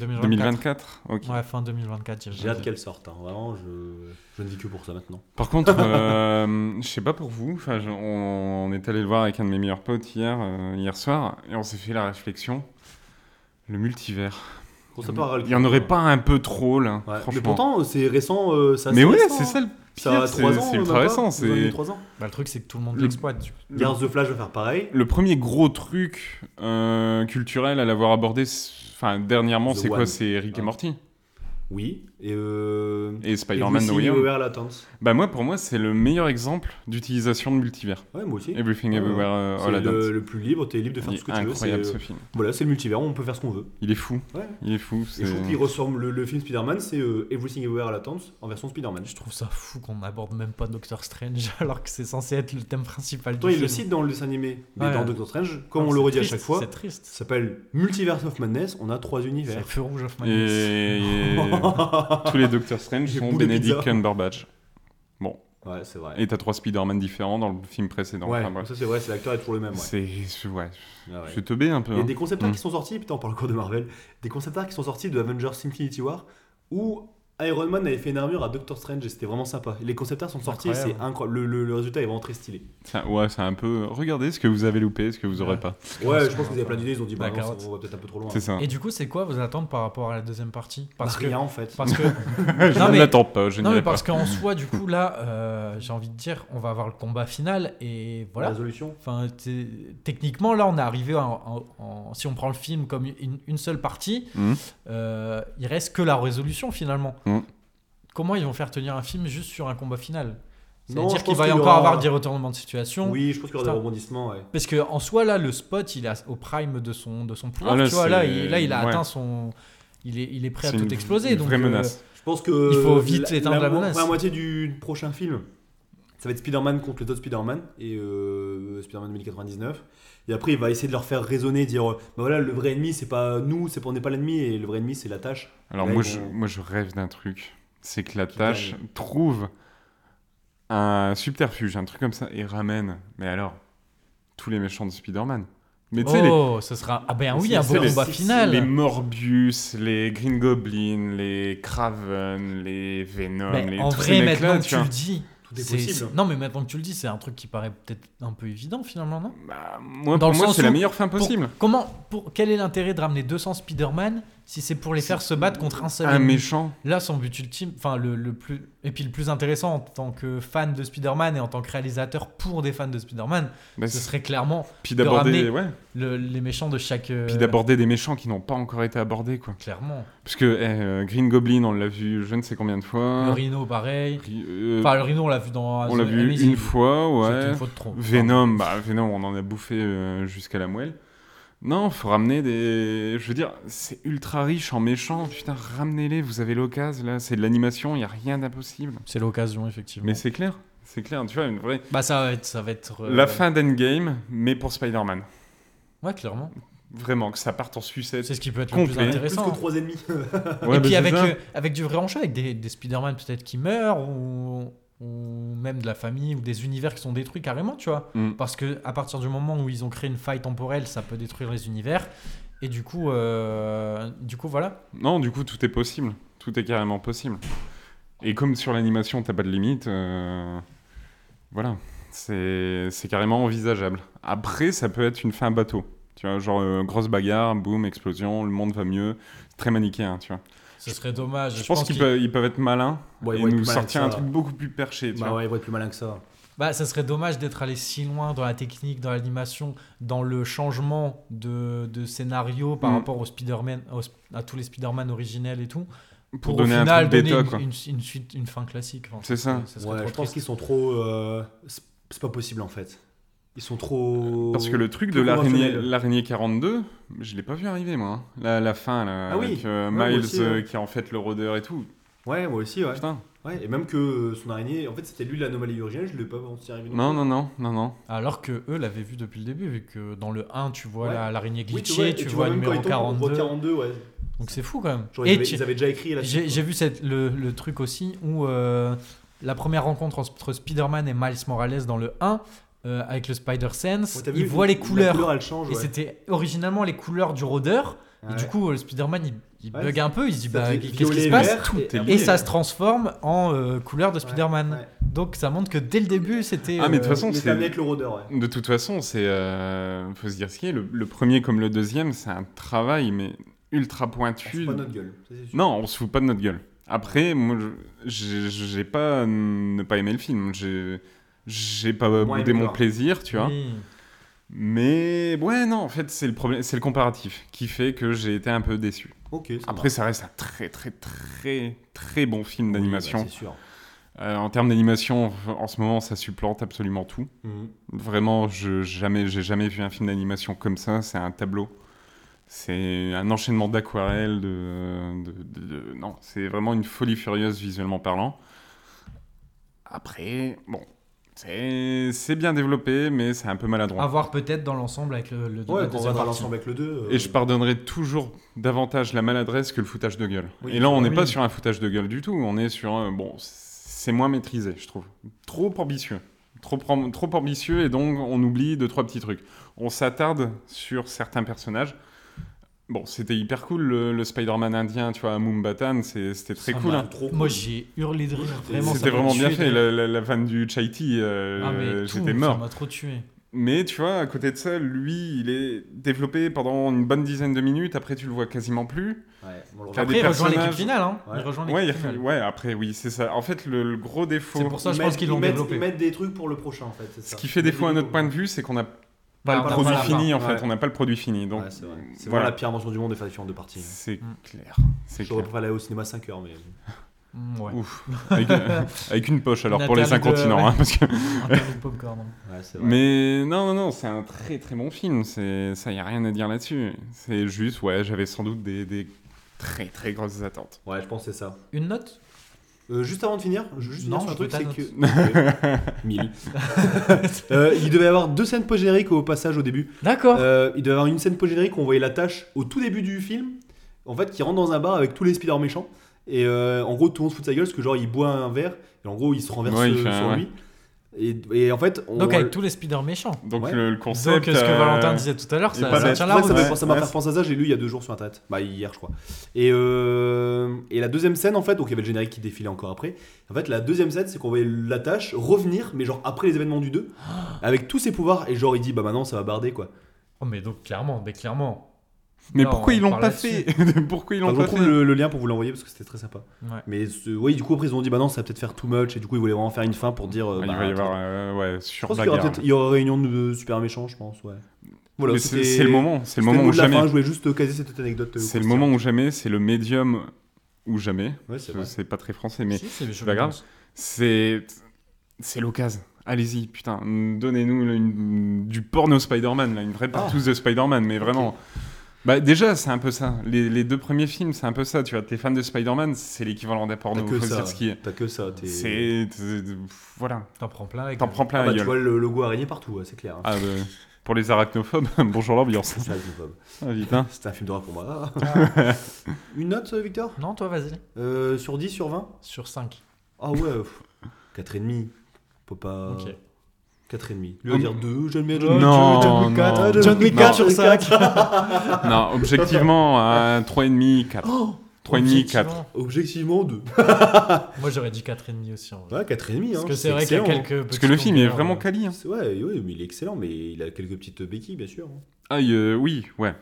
A: 2024.
C: 2024. ok.
A: Ouais, fin 2024.
B: J'ai hâte qu'elle sorte, hein. vraiment, je... je ne vis que pour ça maintenant.
C: Par
A: <laughs>
C: contre, euh, je sais pas pour vous, enfin, je- on, on est allé le voir avec un de mes meilleurs potes hier, euh, hier soir, et on s'est fait la réflexion, le multivers.
B: Bon, ça peut avoir le
C: Il
B: coup,
C: y en aurait
B: hein.
C: pas un peu trop là,
B: Ouais.
C: franchement.
B: Mais pourtant, c'est récent, euh, ça
C: Mais
B: c'est
C: ouais,
B: récent,
C: c'est
B: hein.
C: ça le
B: Ça
C: pire,
B: a
C: c'est
B: 3 ans. euh,
C: c'est
B: même
C: ultra
B: pas,
C: récent.
B: ça doit donner
C: C'est
B: trois ans.
A: Bah, le truc, c'est que tout le monde
C: Le-
A: l'exploite. tu vois.
B: Guardians of the Flash va faire pareil.
C: le premier gros truc euh, culturel à l'avoir abordé, c'est- enfin dernièrement,
B: The
C: c'est
B: One.
C: quoi C'est Rick et
B: Ah.
C: Morty
B: Oui. Et, euh...
C: et Spider-Man
B: et euh,
C: No
B: Lucy
C: Way Home.
B: Everywhere All At Once.
C: Bah moi, pour moi, c'est le meilleur exemple d'utilisation de multivers.
B: Ouais, moi aussi.
C: Everything
B: Ouais,
C: Everywhere euh,
B: C'est
C: All At
B: le,
C: Once.
B: le plus libre, t'es libre de faire tout
C: Il
B: ce que
C: est
B: tu veux. c'est-
C: incroyable ce film.
B: Voilà, c'est le multivers, on peut faire ce qu'on veut.
C: Il est fou.
B: Ouais.
C: Il est fou. c'est-
B: Et je trouve qu'il ressemble, le, le film Spider-Man, c'est euh, Everything Everywhere All At Once en version Spider-Man.
A: Je trouve ça fou qu'on n'aborde même pas Doctor Strange <laughs> alors que c'est censé être le thème principal du
B: Toi, il
A: film.
B: le cite dans le dessin animé, mais
A: Ouais.
B: dans Doctor Strange, comme
A: Non,
B: on le
A: c'est
B: redit à
A: triste,
B: chaque fois,
A: C'est
B: ça
A: triste.
B: s'appelle Multiverse of Madness, on a trois
A: C'est
B: univers.
A: feu rouge of Madness.
C: Et, et- tous les Docteurs Strange
B: J'ai
C: sont
B: bout de
C: Benedict
B: pizza.
C: Cumberbatch. Bon,
B: <laughs> Ouais, c'est vrai.
C: Et t'as trois Spider-Man différents dans le film précédent.
B: ouais,
C: Enfin, bref.
B: ça c'est vrai, c'est l'acteur est toujours le même. Ouais.
C: C'est. je- Ouais,
B: Ah ouais.
C: je suis teubé un peu.
B: Il y a
C: hein.
B: des concept
A: Hmm.
B: art
C: Mm.
B: qui sont sortis, putain, on parle encore de Marvel, des concept art qui sont sortis de Avengers Infinity War où Iron Man avait fait une armure à Doctor Strange et c'était vraiment sympa. Les concept art sont sortis, et c'est
A: Incroyable.
B: incroyable. Le, le- le résultat est vraiment très stylé.
C: Ça- ouais, c'est un peu. Regardez ce que vous avez loupé, ce que vous aurez
A: Ouais.
C: pas.
B: Ouais,
A: c'est
B: je pense qu'ils avaient plein d'idées, ils ont dit bah
A: La
B: non,
A: carotte.
B: on va peut-être un peu trop loin.
C: C'est ça.
A: Et du coup, c'est quoi vos attentes par rapport à la deuxième partie
B: Parce
A: Parce que.
B: Bah, rien en fait.
A: Parce que
C: <laughs> je
A: Non,
C: ne
A: mais-
C: l'attends pas, je n'y
A: non mais
C: vais pas.
A: parce qu'en soi du coup là euh, j'ai envie de dire on va avoir le combat final et
B: La
A: voilà
B: résolution.
A: Enfin, t'es- techniquement, là, on est arrivé en, en- en- si on prend le film comme une, une seule partie,
C: Mhm.
A: euh, il reste que la résolution finalement.
C: Mhm.
A: Comment ils vont faire tenir un film juste sur un combat final
B: Non, je
A: C'est-à-dire qu'il
B: pense
A: va y
B: qu'il y
A: encore
B: aura-
A: avoir des retournements de situation.
B: Oui, je pense qu'il y aura
A: Putain.
B: des rebondissements. Ouais.
A: Parce que en soi, là, le spot, il est à- au prime de son, de son pouvoir.
C: Ah, là,
A: tu vois, là,
C: c'est-
A: il, là, il a
C: ouais.
A: atteint son. Il est, il est prêt à
C: C'est
A: tout
C: une-
A: exploser.
C: une
A: donc,
C: vraie
A: euh,
C: menace.
B: Je pense que.
A: Il faut vite éteindre la
B: mo-
A: menace.
B: La moitié du prochain film, ça va être Spider-Man contre les autres Spider-Man et euh, Spider-Man 2099. Et après, il va essayer de leur faire raisonner, dire euh, bah voilà, le vrai ennemi, c'est pas nous, c'est pas, on n'est pas l'ennemi, et le vrai ennemi, c'est la tâche.
C: Alors
B: Là,
C: moi,
B: ils
C: je,
B: vont-
C: moi je rêve d'un truc, c'est que la
B: Qui
C: tâche
B: gagne.
C: trouve un subterfuge, un truc comme ça, et ramène, mais alors, tous les méchants de Spider-Man. Mais tu sais, les-
A: Oh, ce sera. Ah ben oui,
B: C'est-
A: un
B: c'est
A: beau
C: les-
A: combat
B: c'est-
A: final.
C: les, Morbius, les Green Goblin, les Craven, les Venom,
A: Mais
C: les
A: en
C: tous ces
A: vrai,
C: mecs-là,
A: maintenant que
C: tu
A: tu
C: vois.
A: le dis,
B: Tout est
A: c'est-
B: possible.
A: c'est- Non, mais maintenant que tu le dis, c'est un truc qui paraît peut-être un peu évident finalement, non
C: Bah, moi,
A: Dans
C: pour
A: le
C: moi,
A: sens
C: c'est la
A: où-
C: meilleure fin possible.
A: Pour- comment, pour, quel est l'intérêt de ramener 200 Spider-Man si c'est pour les faire se battre contre un seul
C: Un
A: ennemi
C: méchant.
A: Là, son but ultime, enfin le, le plus, et puis le plus intéressant en tant que fan de Spider-Man et en tant que réalisateur pour des fans de Spider-Man,
C: Bah,
A: ce
C: c'est-
A: serait clairement
C: Puis
A: de
C: d'aborder
A: ramener-
C: ouais.
A: le- les méchants de chaque. euh,
C: Puis d'aborder des méchants qui n'ont pas encore été abordés, quoi.
A: Clairement.
C: Parce que eh, euh, Green Goblin, on l'a vu je ne sais combien de fois.
A: Le Rhino, pareil.
C: Ri- hein. euh,
A: Enfin, le Rhino, on l'a vu dans.
C: On l'a
A: The
C: vu
A: Amazing.
C: une fois,
A: C'est
C: ouais.
A: une fois de trop.
C: Venom, bah Venom, on en a bouffé euh, jusqu'à la moelle. Non, faut ramener des. Je veux dire, c'est ultra riche en méchants. Putain, ramenez-les, vous avez l'occasion là. C'est de l'animation, il y a rien d'impossible.
A: C'est l'occasion, effectivement.
C: Mais c'est clair, c'est clair. Tu vois, une vraie.
A: Bah, ça va être. Ça va être euh,
C: La fin d'Endgame, mais pour Spider-Man.
A: Ouais, clairement.
C: Vraiment, que ça parte en sucette.
A: C'est ce qui peut être
C: Complet.
A: le plus
B: Plus
A: intéressant.
B: que trois
C: <laughs>
B: ennemis.
C: Ouais,
A: et
C: bah,
A: puis
C: c'est
A: avec,
C: ça.
A: euh, avec du vrai enjeu, avec des, des Spider-Man peut-être qui meurent ou, ou même de la famille ou des univers qui sont détruits carrément, tu vois.
C: Mm.
A: Parce que à partir du moment où ils ont créé une faille temporelle, ça peut détruire les univers. Et du coup, euh, du coup voilà.
C: Non, du coup, tout est possible. Tout est carrément possible. Et comme sur l'animation, t'as pas de limite, euh, voilà, c'est c'est carrément envisageable. Après, ça peut être une fin bateau. Tu vois, genre euh, grosse bagarre, boum, explosion, le monde va mieux. C'est très manichéen, hein, tu vois.
A: Ce serait dommage.
C: Je, pense qu'ils peuvent, ils peuvent être malins
B: Ouais, ils
C: et
B: vont être
C: nous
B: malins
C: sortir
B: que
C: un
B: ça.
C: truc beaucoup plus perché, tu
B: bah
C: vois.
B: ouais, il va être plus malin que ça.
A: Bah, ça serait dommage d'être allé si loin dans la technique, dans l'animation, dans le changement de, de scénario par
C: Mm.
A: rapport au Spider-Man, au sp- à tous les Spider-Man originels et tout.
C: Pour,
A: Pour,
C: donner
A: au final,
C: un truc
A: donner
C: bêta,
A: une-
C: quoi.
A: une, une suite, une fin classique. Enfin,
C: C'est ça.
A: serait
B: Ouais,
A: trop
B: je pense
A: triste.
B: qu'ils sont trop. euh, c'est c'est pas possible en fait. Ils sont trop.
C: Parce que le truc
B: plus
C: de l'araignée
B: conventionnel.
C: l'araignée 42, je l'ai pas vu arriver, moi. hein. La, la fin, là,
B: Ah oui.
C: avec euh,
B: Ouais, moi
C: Miles
B: aussi,
C: euh,
B: ouais.
C: qui est en fait le rôdeur et tout.
B: Ouais, moi aussi, ouais.
C: Putain.
B: ouais. Et même que euh, son araignée, en fait, c'était lui l'anomalie originelle, je l'ai pas senti arriver.
C: Non,
B: plus.
C: non, non, non, non.
A: Alors que eux l'avaient vu depuis le début, vu que dans le 1, tu vois
B: Ouais.
A: la- l'araignée
B: Oui,
A: glitchée,
B: et
A: tu, vois le
B: même quand
A: numéro
B: ils tombent, on voit
A: 42.
B: 42, ouais.
A: Donc c'est fou quand même.
B: Genre, ils,
A: Et
B: avaient,
A: tu-
B: ils avaient déjà écrit la
A: j'ai
B: suite,
A: j'ai
B: quoi.
A: vu cette, le, le truc aussi où euh, la première rencontre entre Spider-Man et Miles Morales dans le 1, euh, avec le
B: Ouais,
A: Spider-Sense,
B: t'as vu,
A: ils voient les
B: La
A: couleurs.
B: couleur, elle change.
A: et
B: ouais.
A: c'était originalement les couleurs du rôdeur.
B: Ouais.
A: Et du coup, euh, le Spider-Man, il, il
B: Ouais,
A: bug un peu, il se dit
B: Ça
A: bah,
B: faisait
A: qu'est-ce qui
B: violet,
A: se passe
B: vert, et
A: Et
B: après-
A: ça se transforme en euh, couleur de Spider-Man.
B: ouais.
A: Donc ça montre que dès le début, c'était.
C: Ah, mais de toute
A: euh,
C: façon,
B: Mais
C: c'est-
B: ça venait avec le rôdeur, ouais.
C: De toute façon, c'est. euh, faut se dire ce qui est. Le, le premier comme le deuxième, c'est un travail, mais ultra
B: On
C: pointu.
B: fout pas notre gueule. ça, c'est sûr.
C: Non, on se fout pas de notre gueule. Après, moi, je- j'ai j'ai pas. euh, ne pas aimé le film. J'ai. J'ai pas
B: Moins
C: boudé
B: aimé, hein.
C: mon
B: quoi.
C: plaisir, tu vois.
A: oui.
C: Mais ouais, non, en fait, c'est le problème, c'est le comparatif qui fait que j'ai été un peu déçu.
B: Ok. ça
C: Après,
B: marche.
C: ça reste un très, très, très, très bon film
B: Oui,
C: d'animation.
B: bah, C'est sûr.
C: Euh, en termes d'animation, en ce moment, ça supplante absolument tout.
B: Mhm.
C: Vraiment, je jamais, j'ai jamais vu un film d'animation comme ça. C'est un tableau. C'est un enchaînement d'aquarelles. De, de- de- de- non, c'est vraiment une folie furieuse visuellement parlant. Après, bon, c'est c'est bien développé, mais c'est un peu maladroit.
A: À voir peut-être dans l'ensemble avec le, le
B: Ouais,
A: le
B: quand on
A: deuxième
B: va parler
A: parti.
B: ensemble avec le 2.
C: Et je pardonnerai toujours davantage la maladresse que le foutage de gueule.
B: Oui.
C: Et là, on n'est
A: Oui.
C: pas sur un foutage de gueule du tout. On est sur un. Bon, c'est moins maîtrisé, je trouve. Trop ambitieux. Trop, am- trop ambitieux et donc on oublie deux, trois petits trucs. On s'attarde sur certains personnages. Bon, c'était hyper cool le, le Spider-Man indien, tu vois, à Mumbatan, c'est- c'était très
A: Ça
C: cool.
A: m'a-
C: hein.
B: Trop
A: Moi, j'ai hurlé de rire. Vraiment, ça
C: C'était
A: m'a
C: vraiment
A: tué
C: bien
A: de
C: fait,
A: rire.
C: la, la, la vanne du Chaiti, euh,
A: Ah, mais tout,
C: j'étais mort.
A: Ça m'a trop tué.
C: Mais tu vois, à côté de ça, lui, il est développé pendant une bonne dizaine de minutes. Après, tu le vois quasiment plus.
B: Ouais, on le
C: T'as
B: regarde.
A: Après, il rejoint
C: personnages-
A: l'équipe finale. Hein.
B: Ouais.
A: Il rejoint l'équipe
C: Ouais, il-
A: finale.
C: ouais, après, oui, c'est ça. En fait, le, le gros défaut,
A: C'est pour ça, je
B: Ils
A: pense
B: mettent-
A: qu'ils l'ont
B: ils mettent-
A: développé.
B: Ils mettent des trucs pour le prochain, en fait. c'est
C: ce
B: ça.
C: qui fait
B: Ils mettent
C: défaut à
B: des
C: notre
B: nouveaux.
C: point de vue, c'est qu'on n'a pas
A: Voilà,
C: le
A: on a
C: produit
A: pas la fin.
C: fini, en
B: Ouais.
C: fait. On n'a pas le produit fini. Donc,
B: Ouais, c'est vrai. C'est
C: voilà.
B: vraiment la pire invention du monde des factions de partie.
C: C'est
A: Mm.
C: clair. C'est
B: J'aurais
C: clair.
B: préféré aller au cinéma 5 heures, mais.
A: Mm,
B: <laughs>
A: ouais.
C: Ouf.
A: <laughs>
C: Avec, euh, avec une poche, alors, pour les
A: Nathalie de-
C: incontinents. hein, parce que...
A: Un terme de popcorn. hein.
B: Ouais, c'est vrai.
C: Mais non, non, non, c'est un très très bon film. C'est ça, y a rien à dire là-dessus. C'est juste, ouais, j'avais sans doute des, des très très grosses attentes.
B: Ouais, je pense que c'est ça.
A: Une note
B: Euh, juste avant de finir, je veux juste
A: Non,
B: dire sur un
A: je veux
B: truc, c'est
A: ta
B: que.
C: <laughs>
B: Ok. Mille. <laughs> Euh, il devait y avoir deux scènes post-génériques au passage au début.
A: D'accord.
B: Euh, il devait y avoir une scène post-générique où on voyait la tâche au tout début du film, en fait, qui rentre dans un bar avec tous les spider méchants. Et euh, en gros, tout le monde se fout de sa gueule parce que, genre, il boit un verre et en gros, il se renverse
C: Ouais, il
B: euh,
C: fait un-
B: sur
C: ouais.
B: lui. Et, et en fait, on.
A: Donc, avec tous les speeders méchants.
C: Donc
B: Ouais.
C: le, le
A: Donc,
C: concept.
A: ce que
C: euh,
A: Valentin disait tout à l'heure,
C: et
A: ça,
C: pas
A: ça
C: bête.
A: tient
B: Ouais,
A: la
B: ça
A: route.
B: m'a-
C: Ouais,
B: ça m'a
C: ouais.
B: fait penser à ça, j'ai lu il y a deux jours sur internet. Bah, hier, je crois. Et, euh, et la deuxième scène, en fait, donc il y avait le générique qui défilait encore après. En fait, la deuxième scène, c'est qu'on voyait la tâche revenir, mais genre après les événements du 2, avec tous ses pouvoirs. Et genre, il dit, bah maintenant, ça va barder quoi.
A: Oh, mais donc, clairement, mais clairement.
C: Mais
A: Là,
C: pourquoi
A: on
C: ils l'ont
A: parle
C: pas fait <laughs>
A: là-dessus.
C: Pourquoi ils
B: Enfin, je
C: l'ont pas
B: retrouve
C: fait
B: le, le lien pour vous l'envoyer parce que c'était très sympa.
A: Ouais.
B: Mais ce- oui, du coup, après, ils ont dit, bah non, ça va peut-être faire too much. Et du coup, ils voulaient vraiment faire une fin pour dire. euh,
C: Ouais,
B: bah,
C: Il va y
B: attends.
C: avoir euh, ouais
B: Je
C: sur
B: pense qu'il y aura
C: bagarre.
B: peut-être il y aura réunion de super méchants, je pense. Ouais. Voilà,
C: Mais c'est
B: c'était-
C: c'est le moment, c'est
B: c'était
C: le moment
B: mot
C: où
B: de la fin,
C: jamais.
B: je voulais juste caser cette anecdote. euh,
C: C'est le
B: Christian.
C: moment où jamais, c'est le médium où jamais.
B: Ouais, c'est
C: Je-
B: vrai.
C: C'est pas très français, mais
A: Si, c'est je
C: pas grave.
A: pense.
C: c'est c'est l'occasion. Allez-y, putain, donnez-nous une- du porno Spider-Man, là, une
B: Ah.
C: vraie partouze de Spider-Man, mais vraiment. Bah, déjà, c'est un peu ça. Les, les deux premiers films, c'est un peu ça. Tu vois, t'es fan de Spider-Man, c'est l'équivalent d'un porno.
B: T'as que
C: Faut
B: ça.
C: dire ce qui est.
B: T'as que ça. t'es-
C: C'est. t'es- Voilà.
A: T'en prends plein. avec-
C: T'en prends plein
B: Ah bah,
C: la
B: tu
C: gueule.
B: vois le logo araignée partout, ouais, c'est clair. hein.
C: Ah, bah, pour les arachnophobes, <laughs> bonjour l'ambiance.
B: C'est ça, le homophobe.
C: Ah, putain.
B: C'est un film d'horreur pour moi.
A: Ah.
B: <laughs> Une note, euh, Victor
A: Non, toi, vas-y.
B: Euh, Sur 10, sur 20
A: Sur 5.
B: Ah ouais, pff, 4,5. Peut pas.
A: Ok.
B: 4,5. Lui va
C: Hum.
B: dire 2, j'aime bien
C: Non,
B: John
C: non.
A: John Wick
B: Non.
A: 4 sur <laughs> 5.
C: Non, objectivement, à 3,5, 4.
B: Oh
C: 3,5, 4.
B: Objectivement 2.
A: Moi, j'aurais dit 4,5 aussi. En vrai.
B: Ouais, 4,5.
A: Parce
B: hein,
A: que c'est vrai qu'il y a
B: excellent, hein.
A: quelques.
C: Parce
A: petits
C: que le film est
A: longueurs,
C: vraiment
A: euh,
C: quali. hein.
B: C'est- Ouais, ouais, mais il est excellent, mais il a quelques petites béquilles, bien sûr. hein.
C: Ah, il, euh, oui, ouais.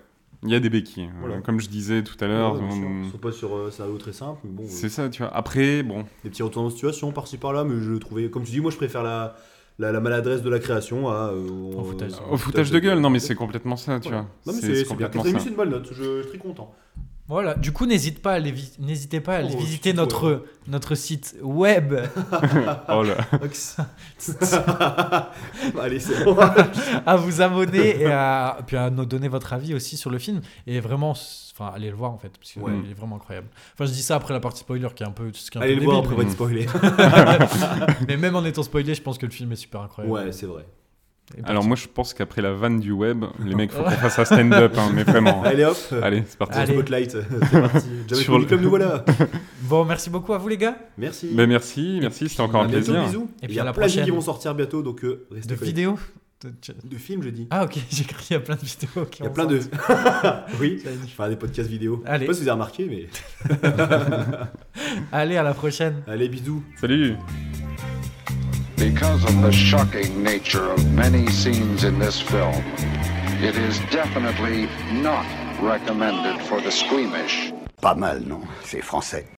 C: Il y a des béquilles.
B: Voilà.
C: Euh, Comme je disais tout à l'heure.
B: Ouais, bien sûr.
C: on-
B: Ils sont pas sur euh, scénario très simple, mais bon. euh,
C: C'est ça, tu vois. Après, bon,
B: des petits retournements de situation par-ci par-là, mais je le trouvais, comme tu dis, moi je préfère la, la, la maladresse de la création à, euh, au-
A: Au foutage.
B: euh,
C: au foutage de gueule, non mais c'est complètement ça, tu
B: Voilà. Non, mais
C: vois. C'est-
B: c'est
C: C'est
B: c'est bien.
C: complètement
B: Quatrième,
C: ça.
B: c'est une bonne note, je, je suis très
C: <laughs>
B: content.
A: Voilà, du coup, n'hésite pas à aller vi- n'hésitez pas à aller
B: Oh,
A: visiter
B: surtout,
A: notre, notre site web.
B: <laughs>
C: Oh là.
B: Ox. Bah, Allez,
C: <laughs>
B: c'est bon.
A: à vous abonner et à, puis à nous donner votre avis aussi sur le film. Et vraiment, s- enfin, allez le voir en fait, parce qu'il
B: Ouais.
A: est vraiment incroyable. Enfin, je dis ça après la partie spoiler qui est un peu. Ce qui est un
B: Allez
A: peu
B: le voir,
A: débile,
B: après on va être spoilé.
A: mais, <laughs> mais même en étant spoilé, je pense que le film est super incroyable.
B: Ouais, c'est vrai.
A: Et
C: Alors moi je pense qu'après la vanne du web, les mecs faut qu'on fasse un stand-up, hein, mais
B: <laughs>
C: vraiment.
B: Allez hop,
C: Allez, c'est parti.
A: Allez.
B: spotlight, c'est
C: <laughs>
B: parti. Jamais
C: Sur le-
B: connu comme nous voilà.
A: Bon, merci beaucoup à vous les gars.
B: Merci.
C: Ben, merci, merci, c'était encore
B: À
C: un
B: bientôt,
C: plaisir.
B: bisous.
A: Et puis
B: Il y
A: à
B: a
A: la
B: plein de
A: prochaine.
B: qui vont sortir bientôt, donc euh, restez
A: De
B: connectés.
A: vidéos. De- tu-
B: De films, je dis.
A: Ah ok, <laughs> j'ai cru il y a plein de vidéos. qui
B: Il y a
A: vont
B: plein de.
A: sortir.
B: <laughs> Oui, enfin des podcasts vidéo. Je
A: Allez.
B: sais pas si vous avez remarqué, mais.
A: Allez, à la prochaine.
B: Allez, bisous.
C: Salut.
D: Because of the shocking nature of many scenes in this film, it is definitely not recommended for the squeamish.
E: Pas mal, non C'est français.